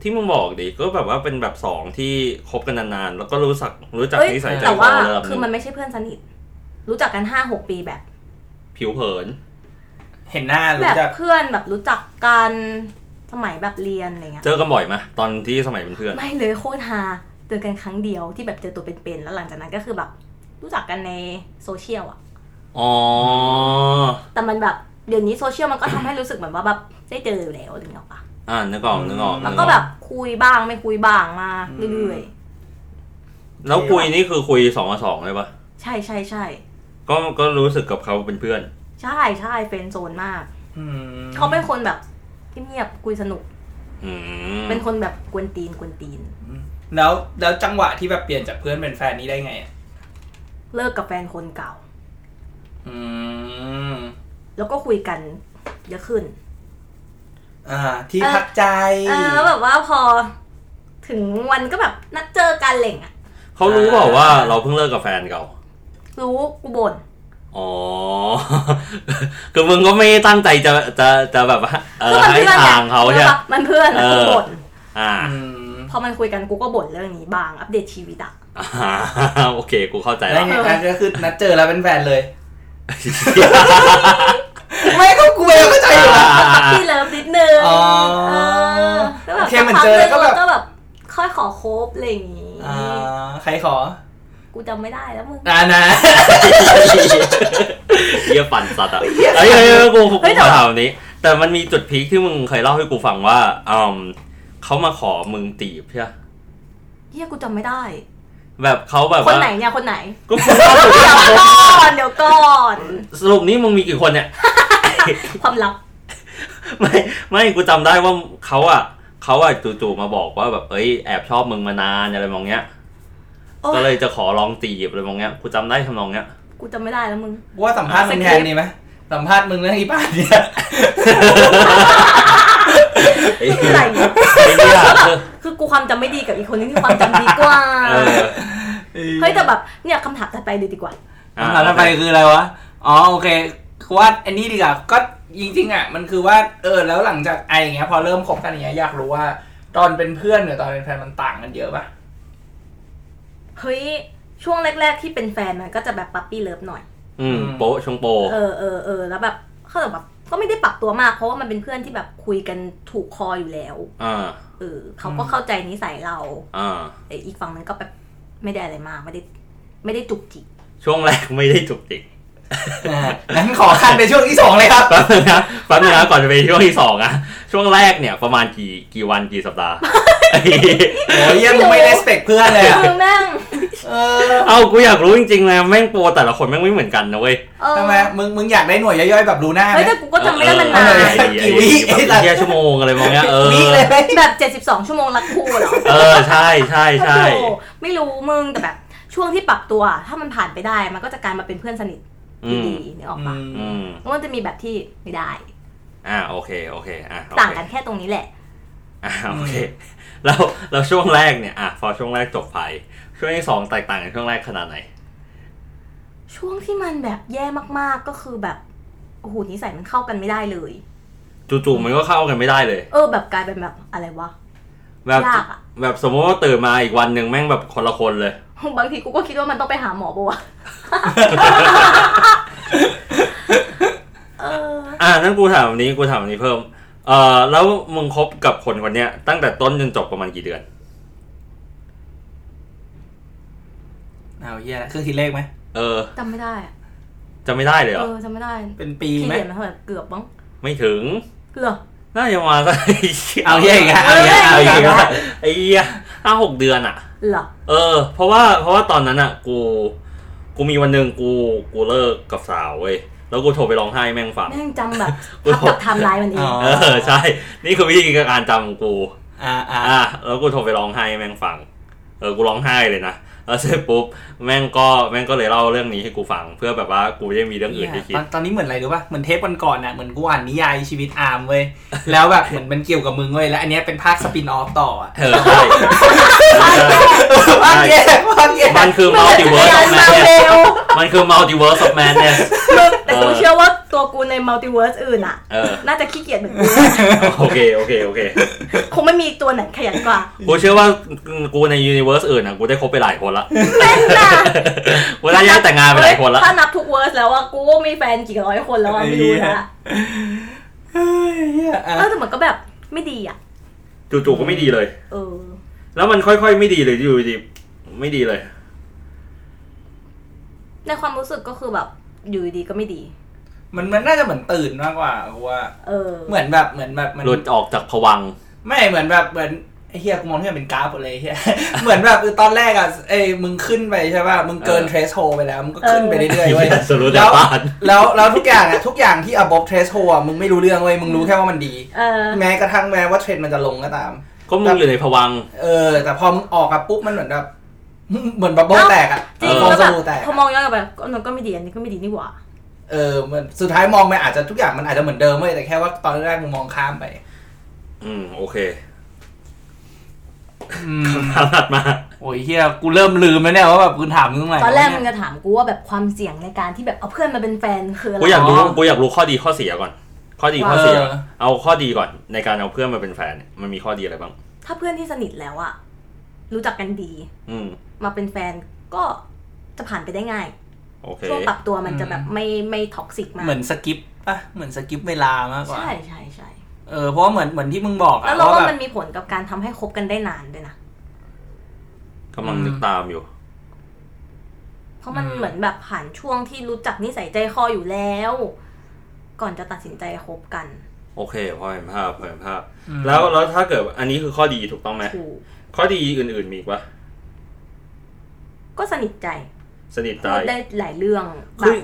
Speaker 2: ที่มึงบอกดิ ก็แบบว่าเป็นแบบสองที่คบกันนานๆ แล้วก็รู้สักรู้จัก
Speaker 1: เอ้ย
Speaker 2: นิสัยใจ
Speaker 1: แต่
Speaker 2: คอ
Speaker 1: ว่า
Speaker 2: ระดับห
Speaker 1: คือมันไม่ใช่เพื่อนสนิท รู้จักกันห้าหกปีแบบ
Speaker 2: ผิวเผิน
Speaker 3: เห็นหน้า
Speaker 1: แบ
Speaker 3: รู้
Speaker 1: บ
Speaker 3: จัก
Speaker 1: เพื่อนแบบรู้จักกันสมัยแบบเรียนอะไรเงี้ย
Speaker 2: เจอกันบ่อยไหมตอนที่สมัยเป็นเพื่อน
Speaker 1: ไม่เลยโคตรฮาเจอกันครั้งเดียวที่แบบเจอตัวเป็นๆแล้วหลังจากนั้นก็คือแบบ รู้จักกันในโซเชียลอ่ะ
Speaker 2: อ๋อ
Speaker 1: แต่มันแบบเดี๋ยวนี้โซเชียลมันก็ทำให้รู้สึกเหมือนว่าแบบได้เจออยู่แล้วอะไรเงี้ยปะ
Speaker 2: อ่านึกออกนึกออก
Speaker 1: แล้ว
Speaker 2: นึออ
Speaker 1: ก็แบบคุยบ้างไม่คุยบ้างมา
Speaker 3: อืม
Speaker 1: เรื่อย
Speaker 2: แล้วคุยนี่คือคุยสองต่อสองเลยปะ
Speaker 1: ๆ ใช่ใช่ใช่
Speaker 2: ก็ก็รู้สึกกับเขาเป็นเพื่อน
Speaker 1: ใช่ใช่เฟรนด์โซนมาก
Speaker 3: อืม
Speaker 1: เขาเป็นคนแบบเงียบๆคุยสนุก
Speaker 2: อืม
Speaker 1: เป็นคนแบบกวนตีนกวนตีน
Speaker 3: แล้วแล้วจังหวะที่แบบเปลี่ยนจากเพื่อนเป็นแฟนนี้ได้ไงอ่ะ
Speaker 1: เลิกกับแฟนคนเก่า
Speaker 3: อืม
Speaker 1: แล้วก็คุยกันเยอะขึ้น
Speaker 3: อ่า ที่พักใจ
Speaker 1: เออแล้วแบบว่าพอ ถึงวันก็แบบนัดเจอกันอะไรเงี้ย
Speaker 2: เขารู้เปล่าว่าเราเพิ่งเลิกกับแฟนเก่า
Speaker 1: รู้กูบ่น
Speaker 2: อ๋อ (laughs) คือมึงก็ไม่ตั้งใจจะจะจะแบบว่าเออให้
Speaker 1: เพื่น
Speaker 2: ทางเขาใช่ไหม
Speaker 1: ปะมันเพื่อนอะ
Speaker 2: เออ
Speaker 1: กูบ่น
Speaker 2: อ่า
Speaker 3: อืม
Speaker 1: พอมันคุยกันกูก็บ่นเรื่องนี้บ้างอัปเดตชีวิตอะ
Speaker 2: อ่า (laughs) โอเค กูเข้าใจ
Speaker 3: แล้
Speaker 2: แล้ว ว
Speaker 3: ไงอ่ะก็คือนัดเจอแล้วเป็นแฟนเลย ไม่ก็กูเองก็ใจอยู่ละ
Speaker 1: พี่เลิฟนิดนึง
Speaker 3: อ๋อ
Speaker 1: เออแล้วแบบ
Speaker 3: โอเคเหมือนเจอแล้วก็แบบ
Speaker 1: สัพัหนึ่งก็แบบ ค่อยขอโคบอะไรอย่างงี้
Speaker 3: อ่า ใครขอ
Speaker 1: กูจำไม่ได้แล้วมึง
Speaker 3: นานะ
Speaker 2: เฮียปั่นสัตว์อ่ะ
Speaker 3: เหี้ย
Speaker 2: เอ้ยเอ้ยเอ้ยกูกู
Speaker 1: เฮ้ยแต่
Speaker 2: ขอถามแบบนี้ แต่มันมีจุดพีคที่มึงเคยเล่าให้กูฟังว่าอืมเขามาขอมึงตีบใช่ปะ
Speaker 1: เฮียกูจำไม่ได้
Speaker 2: แบบเขาแบบ
Speaker 1: คน
Speaker 2: ว่า
Speaker 1: ไหนเนี่ยคนไหน
Speaker 2: ก็กูเล่า
Speaker 1: เดี๋ยวก่อนเดี๋ยวก่อน
Speaker 2: สรุปนี้มึงมีกี่คนเนี่ย (laughs)
Speaker 1: ความลับ
Speaker 2: ไม่ไม่กูจำได้ว่าเขาอ่ะเขาอ่ะจู่ๆมาบอกว่าแบบเอ้ยแอบชอบมึงมานานอะไรมองเงี้ย
Speaker 1: โอ้
Speaker 2: ก็
Speaker 1: ย
Speaker 2: เลยจะขอลองตีบอะไรมองเงี้ยกูจำได้ทำนองเงี้ย
Speaker 1: กูจำไม่ได้แล้วมึง
Speaker 3: ว่าสัมภาษณ์มึงแทนนี่ไหมสัมภาษณ์มึงเรื่องอีป้าเนี่ย
Speaker 2: ไอ้
Speaker 1: อะ
Speaker 2: เหี้ย
Speaker 1: ไรเนี่ย
Speaker 2: ไอ้เหี้ย
Speaker 1: คือกูความจำไม่ดีกับอีกคนนึงที่ความจำดีกว่า
Speaker 2: เออ
Speaker 1: เฮ้ยแต่แบบเนี่ยคำถามถัดไปดีดีกว่า
Speaker 2: อ่ะ
Speaker 3: คำถามต่อไปคืออะไรวะ อ๋อโอเค คือว่าอันนี้ดีกว่าก็จริงๆอ่ะมันคือว่าเออแล้วหลังจากไออย่างเงี้ย พอเริ่มคบกันอย่างเงี้ยอยากรู้ว่า ตอนเป็นเพื่อนกับตอนเป็นแฟนมันต่างกันเยอะป่ะ
Speaker 1: เฮ้ย ช่วงแรก ๆ ที่เป็นแฟนมันก็จะแบบปั๊ปปี้เลิฟหน่อย
Speaker 2: อืมโปะชงโปะ
Speaker 1: เออเออเออแล้วแบบเขาแต่แบบก็ไม่ได้ปรับตัวมาก เพราะว่ามันเป็นเพื่อนที่แบบคุยกันถูกคออยู่แล้ว
Speaker 2: อ่า
Speaker 1: เออเขาก็เข้าใจนิสัยเรา
Speaker 2: อ่า
Speaker 1: ไอ้อีกฝั่งนั้นก็แบบไม่ได้อะไรมาก ไม่ได้ไม่ได้จุกจิก
Speaker 2: ช่วงแรกไม่ได้จุก (laughs) จิก
Speaker 3: อ่างั้นขอขั้นไปช่วงที่สองเลยครับ
Speaker 2: แป๊บนึงนะแป๊บนึงนะก่อนจะไปช่วงที่สองอะช่วงแรกเนี่ยประมาณกี่กี่วันกี่สัปดาห์ (laughs)
Speaker 3: โอ้ยเหี้ยังไม่ respect เพื่อนเลยอ่ะ
Speaker 1: คือแม่ง
Speaker 3: เออ
Speaker 2: เอากูอยากรู้จริงๆนะแม่งโปรแต่ละคนแม่งไม่เหมือนกันนะเว้ย
Speaker 1: เออ
Speaker 3: ทำไมมึงมึงอยากได้หน่วยย่อยๆแบบลูน่าไหม
Speaker 1: เฮ้ยแต่กูก็จำไม่ได้มันนาน
Speaker 2: เออ
Speaker 3: สักกี่วิ
Speaker 2: แบบเป็นแค่ชั่วโมงอะไรมองเงี้ยเออ
Speaker 3: มีเลยไหม
Speaker 1: แบบ 72 ชั่วโมงรักคู่เหรอ
Speaker 2: เออใช่ใช่ใช่
Speaker 1: โอ้โหไม่รู้มึงแต่แบบช่วงที่ปรับตัว ถ้ามันผ่านไปได้มันก็จะกลายมาเป็นเพื่อนสนิท
Speaker 2: อื
Speaker 1: ที่
Speaker 2: ม
Speaker 1: ดีเนี่ยออกปะ
Speaker 2: อืม
Speaker 1: แล้วมันจะมีแบบที่ไม่ได้
Speaker 2: อ่าโอเคโอเคอ่ะโอเค
Speaker 1: ต่างกันแค่ตรงนี้แหละ
Speaker 2: อ่าโอเคแล้วแล้วช่วงแรกเนี่ยอ่ะพอช่วงแรกจบไปช่วงที่สองแตกต่างกันช่วงแรกขนาดไหน
Speaker 1: ช่วงที่มันแบบแย่มากๆก็คือแบบโอ้โหนิสัยมันเข้ากันไม่ได้เลย
Speaker 2: จู่ๆมันก็เข้ากันไม่ได้เลย
Speaker 1: เออ แบบกลายเป็นแบบอะไรวะ
Speaker 2: แบบ
Speaker 1: ยากอะ
Speaker 2: แบบสมมติว่าตื่นมาอีกวันหนึ่งแม่งแบบคนละคนเลย
Speaker 1: บางทีกูก็คิดว่ามันต้องไปหาหมอปะวะ เออ
Speaker 2: อ่านั่นกูถามอันนี้กูถามอันนี้เพิ่มเออแล้วมึงคบกับคนคนเนี้ยตั้งแต่ต้นจนจบประมาณกี่เดือน
Speaker 3: เอาเฮียละเครื่องคิดเลขไหม
Speaker 2: เออ
Speaker 1: จำไม่ได้อะ
Speaker 2: จะไม่ได้เลยเหร
Speaker 1: เอ
Speaker 2: อ
Speaker 1: อจำไม่ได้
Speaker 3: เป็นปี
Speaker 1: พี่
Speaker 3: ไหม
Speaker 1: เรียนมาเท่าไหร่เกือบมั้ง
Speaker 2: ไม่ถึง
Speaker 1: เกือบ
Speaker 2: น่าจะมาสัก (laughs)
Speaker 3: เอาเหี้ยอีกแล้วเอาเหี้ย
Speaker 2: เอา
Speaker 3: เอา
Speaker 2: อีก
Speaker 3: เหี้ย
Speaker 2: แล้วไอ้เหี้ยห้าหกเดือนอ่ะ
Speaker 1: เหรอ
Speaker 2: เออ เพราะว่าเพราะว่าตอนนั้นอ่ะ กู กูมีวันหนึ่งกูกูเลิกกับสาวเว้ยแล้วกูโทรไปร้องไห้แม่งฟัง
Speaker 1: แม่งจำแบบ
Speaker 2: กู
Speaker 1: ทับ
Speaker 2: โทษ
Speaker 1: กับไทม์ไลน์มันเอง
Speaker 3: อ๋อ
Speaker 2: เออใช่ นี่คือวิธีการจำของกู
Speaker 3: อ่าอ่า
Speaker 2: อ่ะแล้วกูโทรไปร้องไห้แม่งฟัง เออ กูร้องไห้เลยนะ แล้วเสร็จปุ๊บ แม่งก็แม่งก็เลยเล่าเรื่องนี้ให้กูฟัง เพื่อแบบว่ากูจะมีเรื่องอื่นให้คิ
Speaker 3: ต
Speaker 2: ด
Speaker 3: อนตอนนี้เหมือนอะไรรู้ป่ะ เหมือนเทปวันก่อนน่ะ เหมือนกูอ่านนิยายชีวิตอาร์มเว้ย แล้วแบบเหมือนมันเกี่ยวกับมึงเว้ย แล้วอันเนี้ยเป็นภาคสปินออฟต่ออ่ะ
Speaker 2: เออใช่
Speaker 3: ภาคแย่ภาคแย่
Speaker 2: มันคือ multiverse (laughs) of
Speaker 1: มาเร็
Speaker 2: madness
Speaker 1: ว
Speaker 2: มันคือ multiverse of madness
Speaker 1: แต่กูเชื่อว่าตัวกูในมัลติเวิร์สอื่นอ่ะ
Speaker 2: เออ
Speaker 1: น่าจะขี้เกียจเหมือนกู
Speaker 2: โอเค โอเค โอเค
Speaker 1: คงไม่มีตัวไหนขยันกว่า
Speaker 2: กูเชื่อว่ากูในยูนิเวอร์สอื่นอ่ะ กูได้คบไปหลายคนละ
Speaker 1: แม่งน่ะ
Speaker 2: กูได้ย้ายแต่งงานไปหลายคนละ
Speaker 1: ถ้านับทุกเวิร์สแล้วว่ากูมีแฟนกี่ร้อยคนแล้วอะไม่รู้นะ
Speaker 3: เฮ้ยเหี้ยอ่ะ
Speaker 1: เออแต่มันก็แบบไม่ดีอ่ะ
Speaker 2: จู่ๆ ก็ไม่ดีเลย
Speaker 1: เออ
Speaker 2: แล้วมันค่อยๆ ไม่ดีเลยอยู่ดีๆไม่ดีเลย
Speaker 1: ในความรู้สึกก็คือแบบอยู่ดีๆก็ไม่ดี
Speaker 3: มันมันน่าจะเหมือนตื่นมากกว่ากูว่า
Speaker 1: เออ
Speaker 3: เหมือนแบบเหมือนแบบมัน
Speaker 2: หลุดออกจากผวังค์
Speaker 3: ไม่เหมือนแบบเหมือนไอ้เฮียกูมองที่มันเป็นกราฟหมดเลยไอ้เฮีย (laughs) เหมือนแบบคือตอนแรกอ่ะเอ้ยมึงขึ้นไปใช่ป่ะมึงเกิน
Speaker 2: เออ
Speaker 3: เทรสโฮไปแล้วมึงก็ขึ้นไปเรื่อยๆเว้ย
Speaker 2: (laughs) สรุป
Speaker 3: แล้
Speaker 2: แต่
Speaker 3: ว
Speaker 2: บ้าน
Speaker 3: แล้วแล้วทุกอย่างอ่ะทุกอย่างที่ above threshold อ่ะมึงไม่รู้เรื่องเว้ยมึงรู้แค่ว่ามันดี
Speaker 1: เออ
Speaker 3: แม้กระทั่งแม้ว่าเทรนด์มันจะลงก็ตาม
Speaker 2: ก็มึงอยู่ในผวังค์
Speaker 3: เออ แต่พอมึงออกอ่ะปุ๊บมันเหมือนแบบ (laughs) เหมือนบับเบิ้ล
Speaker 1: เอ้า
Speaker 3: แตกอ่ะ
Speaker 1: จริง
Speaker 2: เออ
Speaker 1: แล้ว
Speaker 3: ส
Speaker 1: แบบ
Speaker 3: บู่แตก
Speaker 1: พอมองย้อนกลับไปก็มันก็ไม่ดีอันนี้ก็ไม่ดีนี่หว่า
Speaker 3: เออมันสุดท้ายมองไปอาจจะทุกอย่างมันอาจจะเหมือนเดิมเว้ยแต่แค่ว่าตอนแรกมึงมองข้ามไป
Speaker 2: อืม โอเค (laughs)
Speaker 3: อืม
Speaker 2: คำถัดมา
Speaker 3: โอ้ยเฮียกูเริ่มลืมแล้วเนี่ยว่าแบบกูถามมึงเมื่อไหร่
Speaker 1: ตอนแรกมึง
Speaker 3: วะเย
Speaker 1: จะถามกูว่าแบบความเสี่ยงในการที่แบบเอาเพื่อนมาเป็นแฟนคืออะไร
Speaker 2: กูอยากรู้
Speaker 3: อ๋อ
Speaker 2: กูอยากรู้ข้อดีข้อเสียก่อน ข้อดีข้อเสีย
Speaker 3: เออ
Speaker 2: เอาข้อดีก่อนในการเอาเพื่อนมาเป็นแฟนเนี่ยมันมีข้อดีอะไรบ้าง
Speaker 1: ถ้าเพื่อนที่สนิทแล้วอะรู้จักกันดี
Speaker 2: อืม
Speaker 1: มาเป็นแฟนก็จะผ่านไปได้ง่าย
Speaker 2: โอเค
Speaker 1: ช่วงปรับตัวมันจะแบบไม่ไม่ท็อกซิกมาก
Speaker 3: เหมือนสกิปปะเหมือนสกิปเวลามากกว่า
Speaker 1: ใช่ใช่ใช่
Speaker 3: เออเพราะว่าเหมือนเหมือนที่มึงบอกอะ
Speaker 1: แล้วเราว่า
Speaker 3: แบบ
Speaker 1: มันมีผลกับการทำให้คบกันได้นานด้วยนะ
Speaker 2: กำลังนึกตามอยู่
Speaker 1: เพราะมัน
Speaker 3: อืม
Speaker 1: เหมือนแบบผ่านช่วงที่รู้จักนิสัยใจคออยู่แล้ว ก่อนจะตัดสินใจคบกัน
Speaker 2: โอเคพอเห็นภาพพอเห็นภาพ
Speaker 3: อืม
Speaker 2: แล้วแล้วถ้าเกิดอันนี้คือข้อดีถูกต้องไหม
Speaker 1: ถูก
Speaker 2: ข้อดีอื่นๆมีอีกปะ
Speaker 1: ก็สนิทใจ
Speaker 2: สนิทใจ
Speaker 1: พูดได้หลายเรื่อง
Speaker 2: คื
Speaker 1: แบบ
Speaker 2: อ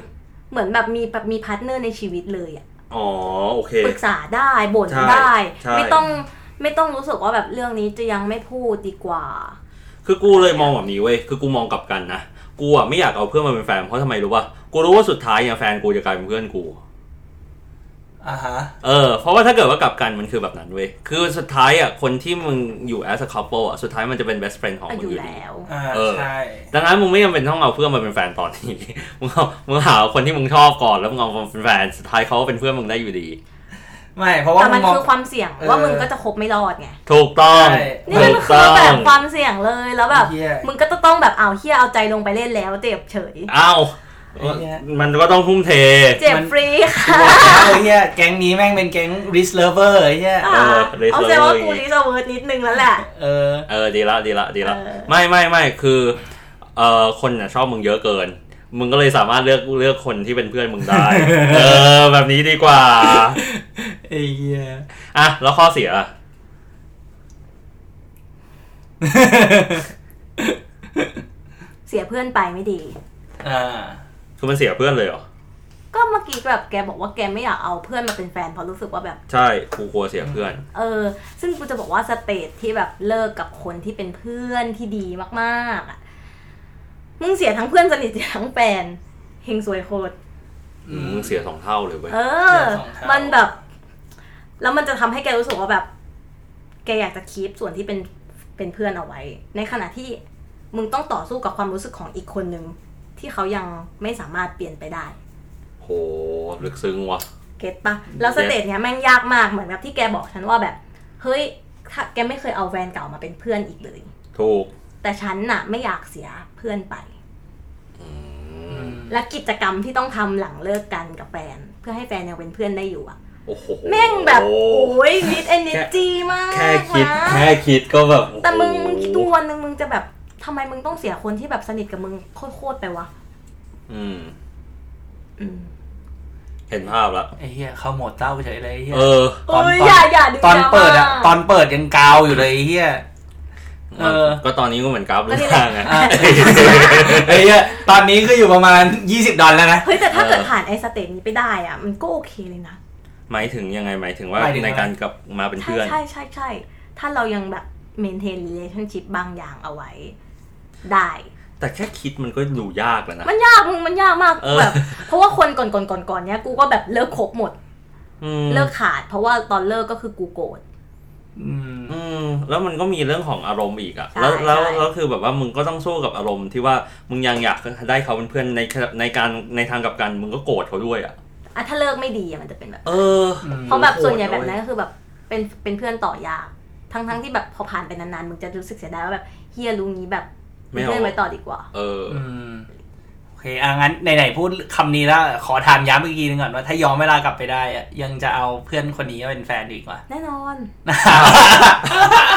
Speaker 1: เหมือนแบบมีแบบมีพาร์ทเนอร์ในชีวิตเลยอะ
Speaker 2: อ๋อโอเค
Speaker 1: ปรึกษาได้บ่น
Speaker 2: ใช่
Speaker 1: ได้
Speaker 2: ใช่
Speaker 1: ไม่ต้องไม่ต้องรู้สึกว่าแบบเรื่องนี้จะยังไม่พูดดีกว่า
Speaker 2: คือกูเลยมองแบบนี้เว้ย คือกูมองกลับกันนะ กูอ่ะไม่อยากเอาเพื่อนมาเป็นแฟนเพราะทำไมรู้ป่ะ กูรู้ว่าสุดท้ายเนี่ยแฟนกูจะกลายเป็นเพื่อนกู
Speaker 3: อ่าฮะ
Speaker 2: เออเพราะว่าถ้าเกิดว่ากลับกันมันคือแบบนั้นเว้ยคือสุดท้ายอ่ะคนที่มึงอยู่ as a couple อ่ะสุดท้ายมันจะเป็น best friend ของ
Speaker 1: อ่ะ
Speaker 2: มึ
Speaker 1: อง ยู่
Speaker 2: อยู่ดี
Speaker 1: แล้ว
Speaker 3: อ่า
Speaker 2: เออ
Speaker 3: ใช่
Speaker 2: ดังนั้นมึงไม่จำเป็นต้องเอาเพื่อนมาเป็นแฟนตอนนี้ (laughs) มึงเอามึงหาคนที่มึงชอบก่อนแล้วมึงเอามาเป็นแฟนสุดท้ายเขาก็เป็นเพื่อนมึงได้อยู่ดี
Speaker 3: ไม่เพราะว่า
Speaker 1: แต่มัน
Speaker 3: มอง
Speaker 1: คือความเสี่ยง
Speaker 3: เออ
Speaker 1: ว่ามึงก็จะคบไม่รอดไง
Speaker 2: ถูกต้อง
Speaker 3: ใช่
Speaker 1: นี่มั
Speaker 2: ถู
Speaker 1: น
Speaker 2: ก
Speaker 1: คือ
Speaker 2: ต้อง
Speaker 1: แบบความเสี่ยงเลยแล้วแบบ
Speaker 3: เหี้ย
Speaker 1: มึงก็จะต้องแบบเอาเฮียเอาใจลงไปเล่นแล้วเจ็บเฉย
Speaker 2: อ้าว
Speaker 3: ไอ้เหี้ย
Speaker 2: มันก็ต้องทุ่มเท
Speaker 1: เจ็บฟรีค่ะ
Speaker 3: กูบอกแล้ว (laughs) ไอ้เฮียแก๊งนี้แม่งเป็นแก๊งริสเลเวอร์ไอ้เฮีย
Speaker 2: เออเลย
Speaker 1: เอาใจว่ากูรีเวิร์ดนิดนึงแล้วแหละ
Speaker 3: เออ (laughs)
Speaker 2: เออดีละดีละดีละ
Speaker 1: เออ
Speaker 2: ไม่ไม่ไม่คือเออคนน่ะชอบมึงเยอะเกิน มึงก็เลยสามารถเลือกเลือกคนที่เป็นเพื่อนมึง
Speaker 3: (laughs)
Speaker 2: ได้ เออแบบนี้ดีกว่า
Speaker 3: ไอ้เฮีย
Speaker 2: อ่ะแล้วข้อเสียอ่ะ
Speaker 1: เสียเพื่อนไปไม่ดี
Speaker 3: (laughs) อ่า
Speaker 2: คือมันเสียเพื่อนเลยเหรอ
Speaker 1: ก็เมื่อกี้แบบแกบอกว่าแกไม่อยากเอาเพื่อนมาเป็นแฟนเพราะรู้สึกว่าแบบ
Speaker 2: ใช่กูกลัวเสียเพื่อน
Speaker 1: เออ ซึ่งกูจะบอกว่าสเตจที่แบบเลิกกับคนที่เป็นเพื่อนที่ดีมากๆอะมึงเสียทั้งเพื่อนสนิทเสียทั้งแฟนเฮงซวยโคตร
Speaker 2: อืมเสียสองเท่าเลยเว้ย
Speaker 1: เอ
Speaker 3: เสี
Speaker 1: อ
Speaker 3: ยสองเท่ามั
Speaker 1: มันแบบ แล้วมันจะทำให้แกรู้สึกว่าแบบ แกอยากจะคีปส่วนที่เป็นเป็นเพื่อนเอาไว้ ในขณะที่มึงต้องต่อสู้กับความรู้สึกของอีกคนนึงที่เขายังไม่สามารถเปลี่ยนไปได้
Speaker 2: โหลึกซึ้งว่ะ
Speaker 1: เก็ตปะแล้วสเตจเนี้ยแม่งยากมากเหมือนกับที่แกบอกฉันว่าแบบ เฮ้ยถ้าแกไม่เคยเอาแฟนเก่ามาเป็นเพื่อนอีกเลย
Speaker 2: ถูก
Speaker 1: แต่ฉันน่ะไม่อยากเสียเพื่อนไป และกิจกรรมที่ต้องทำหลังเลิกกันกับแฟน เพื่อให้แฟนยังเป็นเพื่อนได้อยู่อะ
Speaker 2: โอ้โห
Speaker 1: แม่งแบบโอ้ยนิดเอเนจีมาก
Speaker 2: แค่คิด
Speaker 1: นะ
Speaker 2: แค่คิดก็แบบโอ้โห
Speaker 1: แต่มึงมึงคิดดูวันหนึ่งมึงจะแบบทำไมมึงต้องเสียคนที่แบบสนิทกับมึงโคตรๆไปวะ
Speaker 2: อืม
Speaker 1: อืม
Speaker 2: เห็นภาพละ
Speaker 3: ไอ้เฮียเข้าโหมดเต้าเฉยเลยไอ้เฮีย
Speaker 2: เออ
Speaker 3: ตอน
Speaker 1: โยอ
Speaker 3: ตอน
Speaker 1: ย่าอย่าดึง
Speaker 3: ตอน
Speaker 1: ดราม่า
Speaker 3: เปิดอะตอนเปิดยังกาวอยู่เลยไอ้เฮีย เออ
Speaker 2: ก็ตอนนี้ก็เหมือนกราฟเลยไง
Speaker 3: อ่ะไอ้เฮียตอนนี้ก็อยู่ประมาณ 20 ดอลแล้วนะ
Speaker 1: เฮ้ยแต่ถ้าเกิด
Speaker 2: เออ
Speaker 1: ผ่านไอ้สเตจนี้ไปได้อะมันก็โอเคเลยนะ
Speaker 2: หมายถึงยังไงหมายถึงว่า
Speaker 3: หมายถึง
Speaker 2: ในการกลับมาเป็น
Speaker 1: ใช่
Speaker 2: เพื่อน
Speaker 1: ใช่ใช่ใช่ถ้าเรายังแบบ maintain relationship บางอย่างเอาไว้ ได้
Speaker 2: แต่แค่คิดมันก็ดูยากแล้วนะ
Speaker 1: มันยากมึงมันยากมาก
Speaker 2: เออ
Speaker 1: แบบ เพราะว่าคนก่อนก่อนก่อนก่อนเนี้ยกูก็แบบเลิกคบหมด
Speaker 2: อืม
Speaker 1: เลิกขาด เพราะว่าตอนเลิกก็คือกูโกรธ
Speaker 3: อืม
Speaker 2: อืมแล้วมันก็มีเรื่องของอารมณ์อีกอะ
Speaker 1: ใช่
Speaker 2: แล้วแล้ว
Speaker 1: ใช่
Speaker 2: แล้วคือแบบว่ามึงก็ต้องสู้กับอารมณ์ที่ว่ามึงยังอยากได้เขาเป็นเพื่อนในในการในทางกลับกันมึงก็โกรธเขาด้วยอะ
Speaker 1: อ่ะถ้าเลิกไม่ดีอะมันจะเป็นแบบ
Speaker 2: เออ
Speaker 3: อืม
Speaker 1: เพราะแบบส่วนใหญ่
Speaker 2: โห
Speaker 1: แบ
Speaker 2: ดะ
Speaker 1: บ
Speaker 2: เว้ย
Speaker 1: นั้นก็คือแบบเป็นเป็นเพื่อนต่อยากทั้งทั้งที่แบบพอผ่านไปนานๆมึงจะรู้สึกเสียดายว่าแบบเฮียรู้งี้แบบ
Speaker 2: ไม่
Speaker 1: เป็น
Speaker 2: เอา
Speaker 1: เพื่อนไว้ต่อดีกว่า
Speaker 2: เอออ
Speaker 3: อืมโอเคอ่ะงั้นไหนๆพูดคำนี้แล้ว ขอถามย้ำอีกทีนึงก่อนว่าถ้าย้อนเวลากลับไปได้อะยังจะเอาเพื่อนคนนี้มาเป็นแฟนอีกว่า
Speaker 1: แน่นอน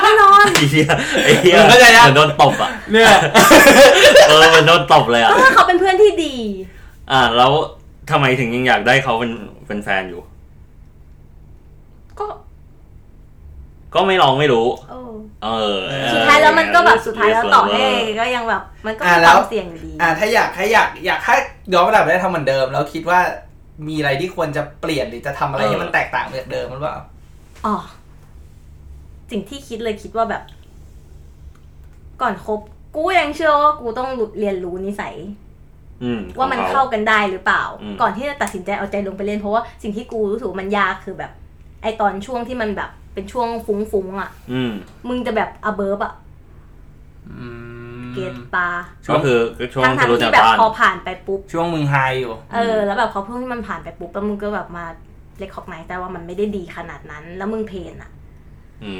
Speaker 1: แน่นอน
Speaker 2: ไอ้เหี้ยไอ้เหี้ย
Speaker 3: มึงเข้าใจยัง
Speaker 2: เหมือนโดนตบอ่ะ
Speaker 3: เนี่ย
Speaker 2: เออเหมือนโดนตบเลยอ่ะ
Speaker 1: ก็ถ้าเขาเป็นเพื่อนที่ดี
Speaker 2: อ่า แล้วทำไมถึงยังอยากได้เขาเป็นเป็นแฟนอยู่
Speaker 1: ก็
Speaker 2: ก็ไม่ลองไม่รู้
Speaker 1: เออ
Speaker 2: เออ
Speaker 1: สุดท้ายแล้วมันก็แบบสุดท้ายแล้วต่อให้
Speaker 2: เ
Speaker 1: ก็ยังแบบมันก็
Speaker 3: อ่ะ
Speaker 1: มี
Speaker 3: แล้
Speaker 1: คว วามเสี่ยงอยู่ดี
Speaker 3: อ่ะถ้าอยากถ้าอยากอยากถ้าย้อนเวลากลับไปได้ทำเหมือนเดิม แล้วคิดว่ามีอะไรที่ควรจะเปลี่ยนหรือจะทำอะไรที่มันแตกต่างจากเดิมหรือเปล่า
Speaker 1: อ๋อ สิ่งที่คิดเลยคิดว่าแบบ ก่อนคบ กูยังเชื่อว่ากูต้องเรียนรู้นิสัย
Speaker 2: อืม
Speaker 1: ว่ามัน
Speaker 2: ของ
Speaker 1: เข้ากันได้หรือเปล่า
Speaker 2: อืม
Speaker 1: ก่อนที่จะตัดสินใจเอาใจลงไปเล่นเพราะว่าสิ่งที่กูรู้สึกว่ามันยากคือแบบ ไอตอนช่วงที่มันแบบเป็นช่วงฟุ้งๆอ่ะ
Speaker 2: อืม
Speaker 1: มึงจะแบบอเบิร์บอ่ะ
Speaker 3: อืม
Speaker 1: เกตปา
Speaker 2: ก็คือก็ช่วง
Speaker 1: ทั้ง
Speaker 2: ทะ
Speaker 1: ๆ
Speaker 2: ลุ
Speaker 1: ที่
Speaker 2: จาก
Speaker 1: แบบ
Speaker 2: บ้าน
Speaker 1: พอผ่านไปปุ๊บ
Speaker 3: ช่วงมึงไฮอยู่
Speaker 1: เออ แล้วแบบพอเพิ่งที่มันผ่านไปปุ๊บแล้วมึงก็แบบมาเล็กขอกไหนแต่ว่ามันไม่ได้ดีขนาดนั้น แล้วมึงเพลนอ่ะ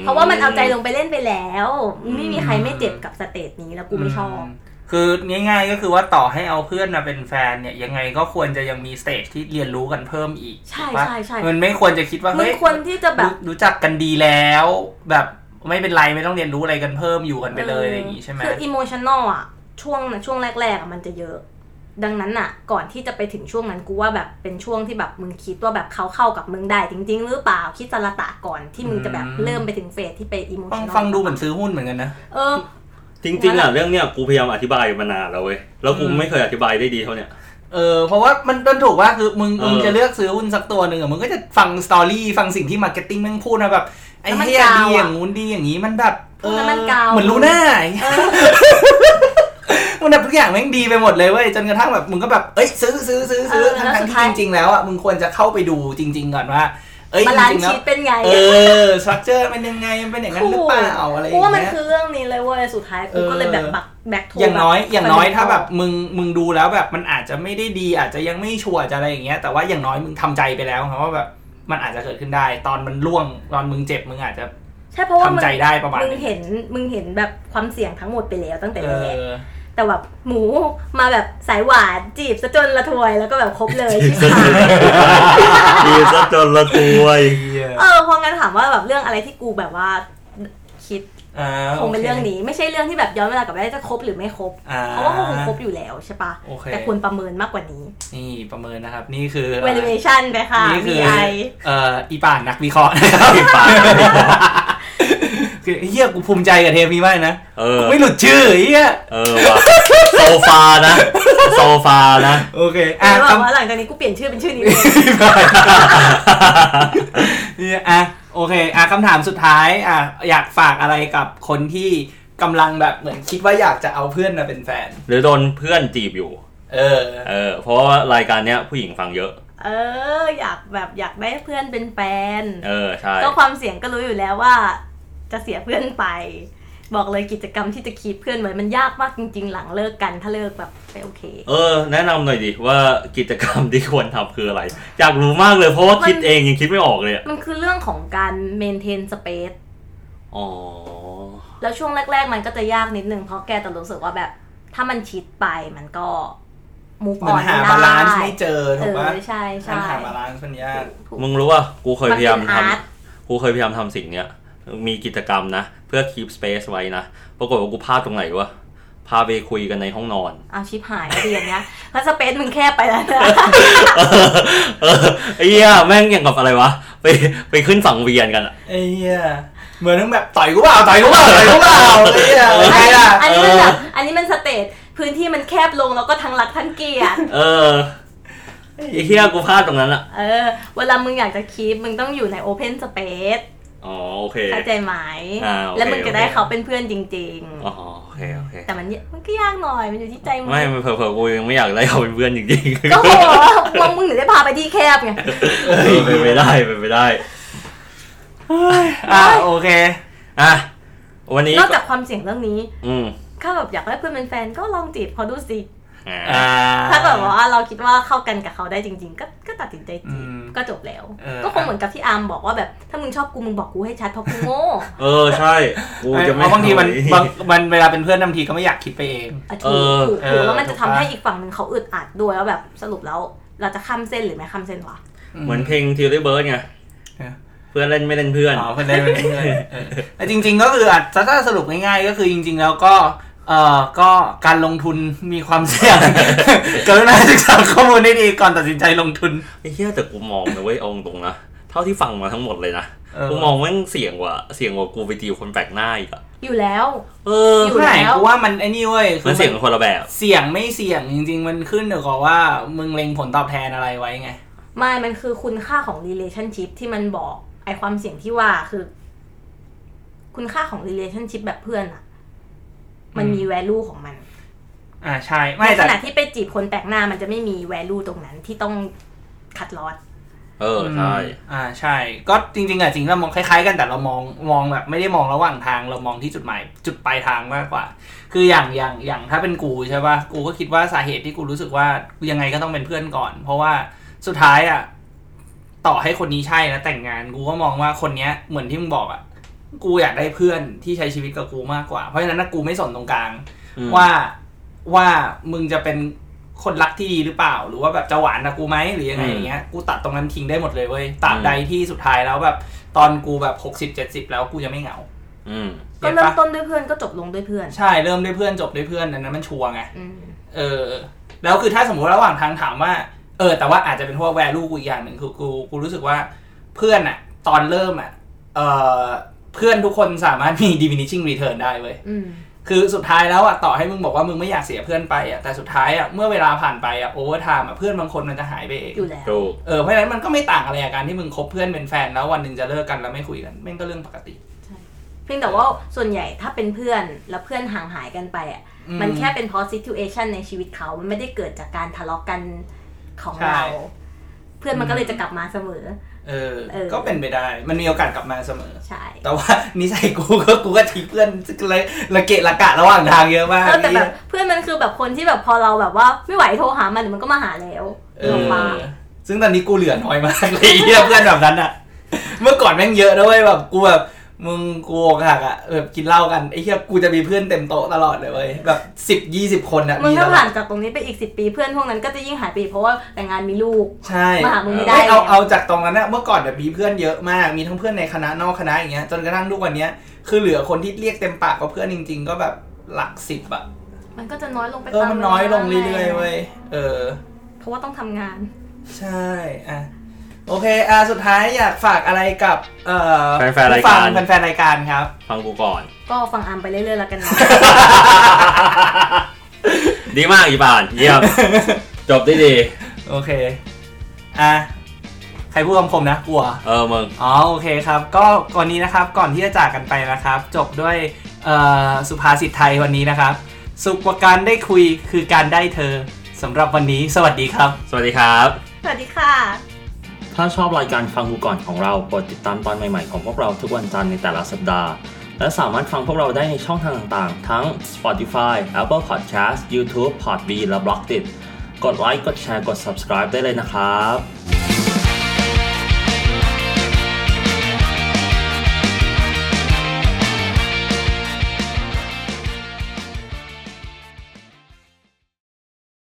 Speaker 2: ม
Speaker 1: เพราะว่ามันเอาใจลงไปเล่นไปแล้วไม่มีใครไม่เจ็บกับสเตจนี้แล้วกูไม่ชอบ
Speaker 3: คือง่ายๆก็คือว่าต่อให้เอาเพื่อนมาเป็นแฟนเนี่ยยังไงก็ควรจะยังมีสเตจที่เรียนรู้กันเพิ่มอีก
Speaker 1: ใช่
Speaker 3: ถูกปะ
Speaker 1: ใช่ใช่
Speaker 3: มันไม่ควรจะคิดว่า
Speaker 1: มึ
Speaker 3: เฮ้
Speaker 1: ง
Speaker 3: ย
Speaker 1: ควรที่จะแบบ
Speaker 3: รู้รู้จักกันดีแล้ว แบบไม่เป็นไรไม่ต้องเรียนรู้อะไรกันเพิ่มอยู่กันไปเลยอะไรอย่างงี้ใช่ไหม
Speaker 1: คืออิโมชันอลอ่ะ ช่วงช่วงแรกๆอะมันจะเยอะ ดังนั้นอ่ะ ก่อนที่จะไปถึงช่วงนั้นกูว่าแบบเป็นช่วงที่แบบมึงคิดว่าแบบเขาเข้ากับมึงได้จริง ๆ หรือเปล่าคิดสารตะก่อนที่มึงจะแบบ
Speaker 3: อืม
Speaker 1: เริ่มไปถึงเฟสที่ไปอิโม
Speaker 3: ฟั
Speaker 1: ชั
Speaker 3: ง
Speaker 1: นอล
Speaker 3: ฟังดูเหมือนซื้อหุ้นเหมือนกันนะ
Speaker 1: เออ
Speaker 2: จริงๆอ่ะเรื่องเนี้ยกูพยายามอธิบายมานานแล้วเว้ย แล้วกู
Speaker 3: อืม
Speaker 2: ไม่เคยอธิบายได้ดีเท่าเนี้ย
Speaker 3: เออเพราะว่ามันมันถูกว่าคือมึง
Speaker 2: เออ
Speaker 3: มึงจะเลือกซื้อหุ้นสักตัวหนึ่งอะมึงก็จะฟังสตอรี่ฟังสิ่งที่มาร์เก็ตติ้งแม่งพูดนะแบบไอ้
Speaker 1: แล้วมัน
Speaker 3: เหี้ย
Speaker 1: กาวอะ
Speaker 3: ดีอย่างงู้นดีอย่างงี้มันแบบ
Speaker 1: พูดแล้วมันกาว
Speaker 3: (laughs) เหมือนรู้หน้าไอ้เหี้ยมันแบบ อย่างแม่งดีไปหมดเลยเว้ยจนกระทั่งแบบมึงก็แบบเอ้ยซื้อซื้อซื้อซื้อ
Speaker 1: เออแล้วสุ
Speaker 3: ทั้งๆ
Speaker 1: ด
Speaker 3: ที่
Speaker 1: ท้าย
Speaker 3: จริง ๆ แล้วอ่ะมึงควรจะเข้าไปดูจริง ๆ ก่อนว่า เอ้ย
Speaker 1: บา
Speaker 3: จ
Speaker 1: ลานซ์
Speaker 3: ริงๆแล้
Speaker 1: ชี
Speaker 3: ว
Speaker 1: ตเป็นไง
Speaker 3: เออสตรัคเจอร์เป็นยังไงมันเป็นอย่างนั้นหรือเปล่าอะไรอย่าง
Speaker 1: กูว่ามัน
Speaker 3: เงี้ย
Speaker 1: คือเรื่องนี้เลยเว้ยสุดท้ายกูก็เลยแบบบักแบกโทร
Speaker 3: อย่างน้อย
Speaker 1: แบบ
Speaker 3: อย่างน้อยถ้าแบบมึงมึงดูแล้วแบบมันอาจจะไม่ได้ดีอาจจะยังไม่ชัวร์อาจจะอะไรอย่างเงี้ยแต่ว่าอย่างน้อยมึงทำใจไปแล้วครับว่าแบบมันอาจจะเกิดขึ้นได้ ตอนมันล่วงตอนมึงเจ็บมึงอาจจะ
Speaker 1: ใช่เพราะว่า
Speaker 3: ทำ
Speaker 1: มึง
Speaker 3: ใจได้ประมาณ
Speaker 1: มึง
Speaker 3: นึง
Speaker 1: เห็นมึงเห็นแบบความเสี่ยงทั้งหมดไปแล้วตั้งแต่
Speaker 3: เอ
Speaker 1: แรก
Speaker 3: อ
Speaker 1: แต่แบบหมูมาแบบสายหวานจีบซะจนละทวยแล้วก็แบบครบ
Speaker 3: (laughs)
Speaker 1: เลยชิบหาย
Speaker 2: ดีซะจนละตัวย
Speaker 1: เออพองั้นถามว่าแบบเรื่องอะไรที่กูแบบว่าคิด
Speaker 3: อ่า
Speaker 1: คงเป็นเรื่อง
Speaker 3: โ
Speaker 1: นี้ ไม่ใช่เรื่องที่แบบย้อนเวลากลับไปได้จะครบหรือไม่ครบ
Speaker 3: อ่า
Speaker 1: เพราะว่าก็คงครบอยู่แล้วใช่ปะ
Speaker 3: โอเค
Speaker 1: แต่ควรประเมินมากกว่านี้
Speaker 3: เคนี่ประเมินนะครับ นี่คือ
Speaker 1: valuation ไปค่ะ
Speaker 3: นี่คือ
Speaker 1: VI
Speaker 3: เอ่ออีป่านนักวิเคราะห์นะครับอีป่าน
Speaker 1: (laughs)
Speaker 3: คือเฮียกูภูมิใจกับเทปนี้มากนะ
Speaker 2: เออ
Speaker 3: กูไม่หลุดชื่อเฮีย
Speaker 2: เออว่ะโซฟานะ โซฟานะ
Speaker 3: โอเค
Speaker 1: แล้
Speaker 3: อ่ะ
Speaker 1: วบอก
Speaker 3: คำ
Speaker 1: ว่าหลังจากนี้กูเปลี่ยนชื่อเป็นชื่อนี้เลย
Speaker 3: เนี่ยอ่ะโอเคอ่ะคำถามสุดท้ายอ่ะอยากฝากอะไรกับคนที่กำลังแบบเหมือนคิดว่าอยากจะเอาเพื่อนมาเป็นแฟน
Speaker 2: หรือโดนเพื่อนจีบอยู่
Speaker 3: เออ
Speaker 2: เออ เพราะว่ารายการเนี้ยผู้หญิงฟังเยอะ
Speaker 1: เออ อยากแบบอยากได้เพื่อนเป็นแฟน
Speaker 2: เออ ใช่
Speaker 1: ก็ความเสี่ยงก็รู้อยู่แล้วว่า จะเสียเพื่อนไป บอกเลยกิจกรรมที่จะคีบเพื่อนไว้มันยากมากจริง ๆ หลังเลิกกันถ้าเลิกแบบไม่โอเค
Speaker 2: เออ แนะนำหน่อยดิว่ากิจกรรมที่ควรทำคืออะไร อยากรู้มากเลยเพราะว่าคิดเองยังคิดไม่ออกเลยอะ
Speaker 1: มันคือเรื่องของการเมนเทนสเปซ
Speaker 2: อ๋อ
Speaker 1: แล้วช่วงแรก ๆ มันก็จะยากนิดนึงเพราะแกจะรู้สึกว่าแบบ ถ้ามันชิดไปมันก็มูฟอ
Speaker 3: เหมื
Speaker 1: อ
Speaker 3: อน
Speaker 1: น
Speaker 3: หา
Speaker 1: ไม่ได้
Speaker 3: บาลานซ์ไม่เจอ
Speaker 1: เอ
Speaker 3: ถูก
Speaker 1: อ
Speaker 3: ปะ
Speaker 1: ใช่
Speaker 3: มัน
Speaker 1: ใช่
Speaker 3: หาบาลานซ์มันยาก
Speaker 1: ถูก
Speaker 2: มึงรู้ว่ากูเคยพยายามท
Speaker 1: มันเป็นอาร์ต
Speaker 2: ำกูเคยพยายามทำสิ่งเนี้ย มีกิจกรรมนะ เพื่อ keep space ไว้นะ ปรากฏว่ากูพลาดตรงไหนวะ พาไปคุยกันในห้องน (laughs) อน
Speaker 1: เอาชิปหายเรียนเนี้ยแล้วสเปซมึงแคบไปแล้วนะ
Speaker 2: เออไอ้เหี้ยแม่งอย่างกับอะไรวะ ไปไปขึ้นสังเวียนกันอะ
Speaker 3: ไอ้เหี้ยเหมือนแบบต่อยกูเปล่าต่อยกูเปล่าต่อยกูเปล่าไอ้เหี้ย
Speaker 1: อัน
Speaker 3: ใช่
Speaker 1: นี้
Speaker 3: ล่ะ
Speaker 1: อันนี้มันแบบอันนี้มันสเตจพื้นที่มันแคบลงแล้วก็ทั้งรักทั้งเกลียด
Speaker 2: เออไอ้เหี้ยกูพลาดตรงนั้นอะ
Speaker 1: เออ เวลามึงอยากจะคีปมึงต้องอยู่ในโอเพนสเปซ
Speaker 2: อ๋อโอเค
Speaker 1: เข้าใจไหม
Speaker 2: อ่าโอเค
Speaker 1: แล้วมึงจะได้เขาเป็นเพื่อนจริง
Speaker 2: อ๋อโอเคโอเค
Speaker 1: ๆ แต่มันเนี่ยมันก็ยากหน่อย มันอยู่ที่ใจมึง
Speaker 2: ไม่ไม่เผลอๆกูยังไม่อยากได้เขาเป็นเพื่อนจริงๆ
Speaker 1: ก็โหมึงมึงถึงได้พาไปที่แคบไง
Speaker 2: เออเป็นไปได้เป็นไปได้
Speaker 3: อ่ะโอเค
Speaker 2: อ่ะวันนี้
Speaker 1: นอกจากความเสี่ยงเรื่องนี้
Speaker 2: อืม
Speaker 1: ถ้าแบบอยากได้เพื่อนเป็นแฟนก็ลองจีบเขาดูสิ
Speaker 2: อ่า
Speaker 3: อ่า
Speaker 1: ถ้าแบบว่าเราคิดว่าเข้ากันกับเขาได้จริง ๆ ก็ก็ตัดสินใจจีบ
Speaker 3: อืม
Speaker 1: ก็จบแล้ว
Speaker 3: เออ
Speaker 1: ก็คงเหมือนกับที่อาร์มบอกว่าแบบถ้ามึงชอบกูมึงบอกกูให้ชัดเพราะกูโง่
Speaker 2: เออใช่กูจะไม่
Speaker 3: เพราะบางทีมันบางมันเวลาเป็นเพื่อนนำทีก็ไม่อยากคิดไปเอง
Speaker 1: อ่ะ
Speaker 2: เอ
Speaker 1: ถู
Speaker 2: อ
Speaker 1: กถูก
Speaker 3: เอ
Speaker 1: ถู
Speaker 3: อก
Speaker 1: แล้วมันจะทำ
Speaker 3: ถูกปะ
Speaker 1: ให้อีกฝั่งหนึ่งเขาอึดอัดด้วยแล้วแบบสรุปแล้ว เราจะข้ามเส้นหรือไม่ข้ามเส้นวะ
Speaker 2: เหมือนเพลงทิวรี่เบิร์ดไง
Speaker 3: เออ
Speaker 2: เพื่อนเล่นไม่เล่นเพื่อน
Speaker 3: อ๋อเพื่อนได้เพื่อนได้เออแต่จริง ๆ ก็คืออาจจะถ้าสรุปง่ายๆก็คือจริง ๆ แล้วก็เอ่อก็การลงทุนมีความเสี่ยง (laughs) กรุณาศึกษาข้อมูลให้ดีก่อนตัดสินใจลงทุน
Speaker 2: ไอ้เหี้ยแต่กูมองนะเว้ยเอาตรงๆนะ เท่าที่ฟังมาทั้งหมดเลยนะ
Speaker 3: เออ
Speaker 2: กูมองแม่งเสี่ยงกว่าเสี่ยงกว่ากูไปดีลคนแปลกหน้าอีกอะ
Speaker 1: อยู่แล้ว
Speaker 2: เออ
Speaker 1: อยู่
Speaker 3: ใช่
Speaker 1: แล้ว
Speaker 3: เพราะว่ามันไอ้นี่เว้ย
Speaker 2: มันเสี่ยงกันคนละแบบ
Speaker 3: เสี่ยงไม่เสี่ยงจริง ๆ มันขึ้นอยู่กับว่ามึงเล็งผลตอบแทนอะไรไว้ไง
Speaker 1: ไม่มันคือคุณค่าของ relationship ที่มันบอก ไอความเสี่ยงที่ว่าคือ คุณค่าของ relationship แบบเพื่อนอะมันมี value ของมัน
Speaker 3: อ่าใช่ไม่
Speaker 1: ในข
Speaker 3: แต่
Speaker 1: ณะที่ไปจีบคนแปลกหน้ามันจะไม่มี value ตรงนั้นที่ต้องคัดลอด
Speaker 2: เออใช่
Speaker 3: อ่าใช่ ก็จริงๆอ่ะจริงเรามองคล้ายๆกันแต่เรามองมองแบบไม่ได้มองระหว่างทางเรามองที่จุดหมายจุดปลายทางมากกว่า คืออย่างอย่างอย่างถ้าเป็นกูใช่ป่ะกูก็คิดว่าสาเหตุที่กูรู้สึกว่ายังไงก็ต้องเป็นเพื่อนก่อน เพราะว่าสุดท้ายอ่ะต่อให้คนนี้ใช่แล้วแต่งงานกูก็มองว่าคนเนี้ยเหมือนที่มึงบอกอ่ะกูอยากได้เพื่อนที่ใช้ชีวิตกับกูมากกว่า เพราะฉะนั้นนะกูไม่สนตรงกลาง
Speaker 2: อืม
Speaker 3: ว่าว่ามึงจะเป็นคนรักที่ดีหรือเปล่า หรือว่าแบบจะหวานนะกูไหมหรือยังไงอย่างเงี้ยกูตัดตรงนั้นทิ้งได้หมดเลยเว้ยตราบใดที่สุดท้ายแล้วแบบ ตอนกูแบบหกสิบเจ็ดสิบแล้วกูจะไม่เหงา
Speaker 2: อืม
Speaker 1: ก็
Speaker 3: เก็ต
Speaker 1: เริ่ม
Speaker 3: ปะ
Speaker 1: ต้นด้วยเพื่อนก็จบลงด้วยเพื่อน
Speaker 3: ใช่เริ่มด้วยเพื่อนจบด้วยเพื่อนอันนั้นมันชัวร์ไง
Speaker 1: อืม
Speaker 3: เออ แล้วคือถ้าสมมติระหว่างทางถามว่า เออ แต่ว่าอาจจะเป็นเพราะแวลูกูอีกอย่างหนึ่งคือกูกูรู้สึกว่าเพื่อนอะตอนเริ่มอะเออเพื่อนทุกคนสามารถมี diminishing return ได้เว้ย
Speaker 1: อืม
Speaker 3: คือสุดท้ายแล้วอ่ะต่อให้มึงบอกว่ามึงไม่อยากเสียเพื่อนไปอ่ะแต่สุดท้ายอ่ะเมื่อเวลาผ่านไปอ่ะโอเวอร์ไทม์อ่ะเพื่อนบางคนมันจะหายไปเอง
Speaker 1: อยู่แล้ว
Speaker 2: ถูก
Speaker 3: เออเพราะฉะนั้นมันก็ไม่ต่างอะไรกับการที่มึงคบเพื่อนเป็นแฟนแล้ววันหนึ่งจะเลิกกันแล้วไม่คุยกันแม่งก็เรื่องปกติ
Speaker 1: ใช่ เพียงแต่ว่าส่วนใหญ่ถ้าเป็นเพื่อนแล้วเพื่อนห่างหายกันไปอ่ะ
Speaker 3: อืม
Speaker 1: มันแค่เป็นเพราะ situation ในชีวิตเขา มันไม่ได้เกิดจากการทะเลาะกันของ
Speaker 3: ใช่
Speaker 1: เรา เพื่อนมันก็เลยจะกลับมาเสมอ
Speaker 3: เออ
Speaker 1: เออ
Speaker 3: ก็เป็นไปได้ มันมีโอกาสกลับมาเสมอ
Speaker 1: ใช่
Speaker 3: แต่ว่า (laughs) นิสัยกูก็กูก็ทิ้งเพื่อน (laughs) เลยระเกะระกะระหว่างทางเยอะมาก
Speaker 1: เออแต่แบบ
Speaker 3: นี่
Speaker 1: เพื่อนมันคือแบบคนที่แบบพอเราแบบว่าไม่ไหวโทรหามันเดี๋ยวมันก็มาหาแล้ว
Speaker 3: เออ
Speaker 1: ลงมา
Speaker 3: ซึ่งตอนนี้กูเหลือน้อยมากเลยเหี้ยเพื่อนแบบนั้นอะ (laughs) เมื่อก่อนแม่งเยอะนะเว้ยแบบกูแบบมึงกูอกหักอะแบบกินเหล้ากันไอ้เหี้ยกูจะมีเพื่อนเต็มโต๊ะตลอดเลยเว้ยแบบสิบยี่สิบคนอะ
Speaker 1: มึง
Speaker 3: มี
Speaker 1: ถ้า
Speaker 3: ตลอ
Speaker 1: ผ่า
Speaker 3: ด
Speaker 1: นจากตรงนี้ไปอีกสิปีเพื่อนพวกนั้นก็จะยิ่งหายไปอีกเพราะว่าแต่งงานมีลูก
Speaker 3: ใช่
Speaker 1: มาหามึงไม่ได้
Speaker 3: ไม่เอา
Speaker 1: แล้ว
Speaker 3: เอาจากตรงนั้นอะเมื่อก่อนแบบมีเพื่อนเยอะมากมีทั้งเพื่อนในคณะนอกคณะอย่างเงี้ยจนกระทั่งทุกวันเนี้ยคือเหลือคนที่เรียกเต็มปากว่าเพื่อนจริง ๆ ก็แบบหลักสิบอะ
Speaker 1: มันก็จะน้อยลงไป
Speaker 3: เออมันน้อยลงเรื่อยๆเว้ยเออ
Speaker 1: เพราะว่าต้องทำงาน
Speaker 3: ใช่ อ่ะ โอเค อ่ะ สุดท้ายอยากฝากอะไรกับ เอ่อ
Speaker 2: แฟนๆรายการ
Speaker 3: ผู้ฟังแฟนๆรายการครับ
Speaker 2: (laughs) ฟังกูก่อน
Speaker 1: ก็ฟังอามไปเรื่อยๆแล้วกัน
Speaker 3: (laughs)
Speaker 1: นะ
Speaker 2: ดีมากอีบานเยี่ยม
Speaker 3: (laughs)
Speaker 2: จบได้ดี
Speaker 3: โอเค อ่ะ ใครพูดคำคมนะกลัว
Speaker 2: เออมึง
Speaker 3: อ๋อ โอเคครับ ก็ก่อนนี้นะครับ ก่อนที่จะจากกันไปนะครับ จบด้วย เอ่อ สุภาษิตไทยวันนี้นะครับ สุขกว่าการได้คุยคือการได้เธอ สำหรับวันนี้ สวัสดีครับ
Speaker 2: สวัสดีครับ
Speaker 1: สวัสดีค่ะ
Speaker 4: ถ้าชอบรายการฟังกูก่อนของเราโปรดติดตามตอนใหม่ๆของพวกเราทุกวันจันทร์ในแต่ละสัปดาห์ และสามารถฟังพวกเราได้ในช่องทางต่างๆ ทั้ง Spotify, Apple Podcast, YouTube, Podbean และ b l o g d i t กดไลค์ กดแชร์ กด subscribe ได้เลยนะครับ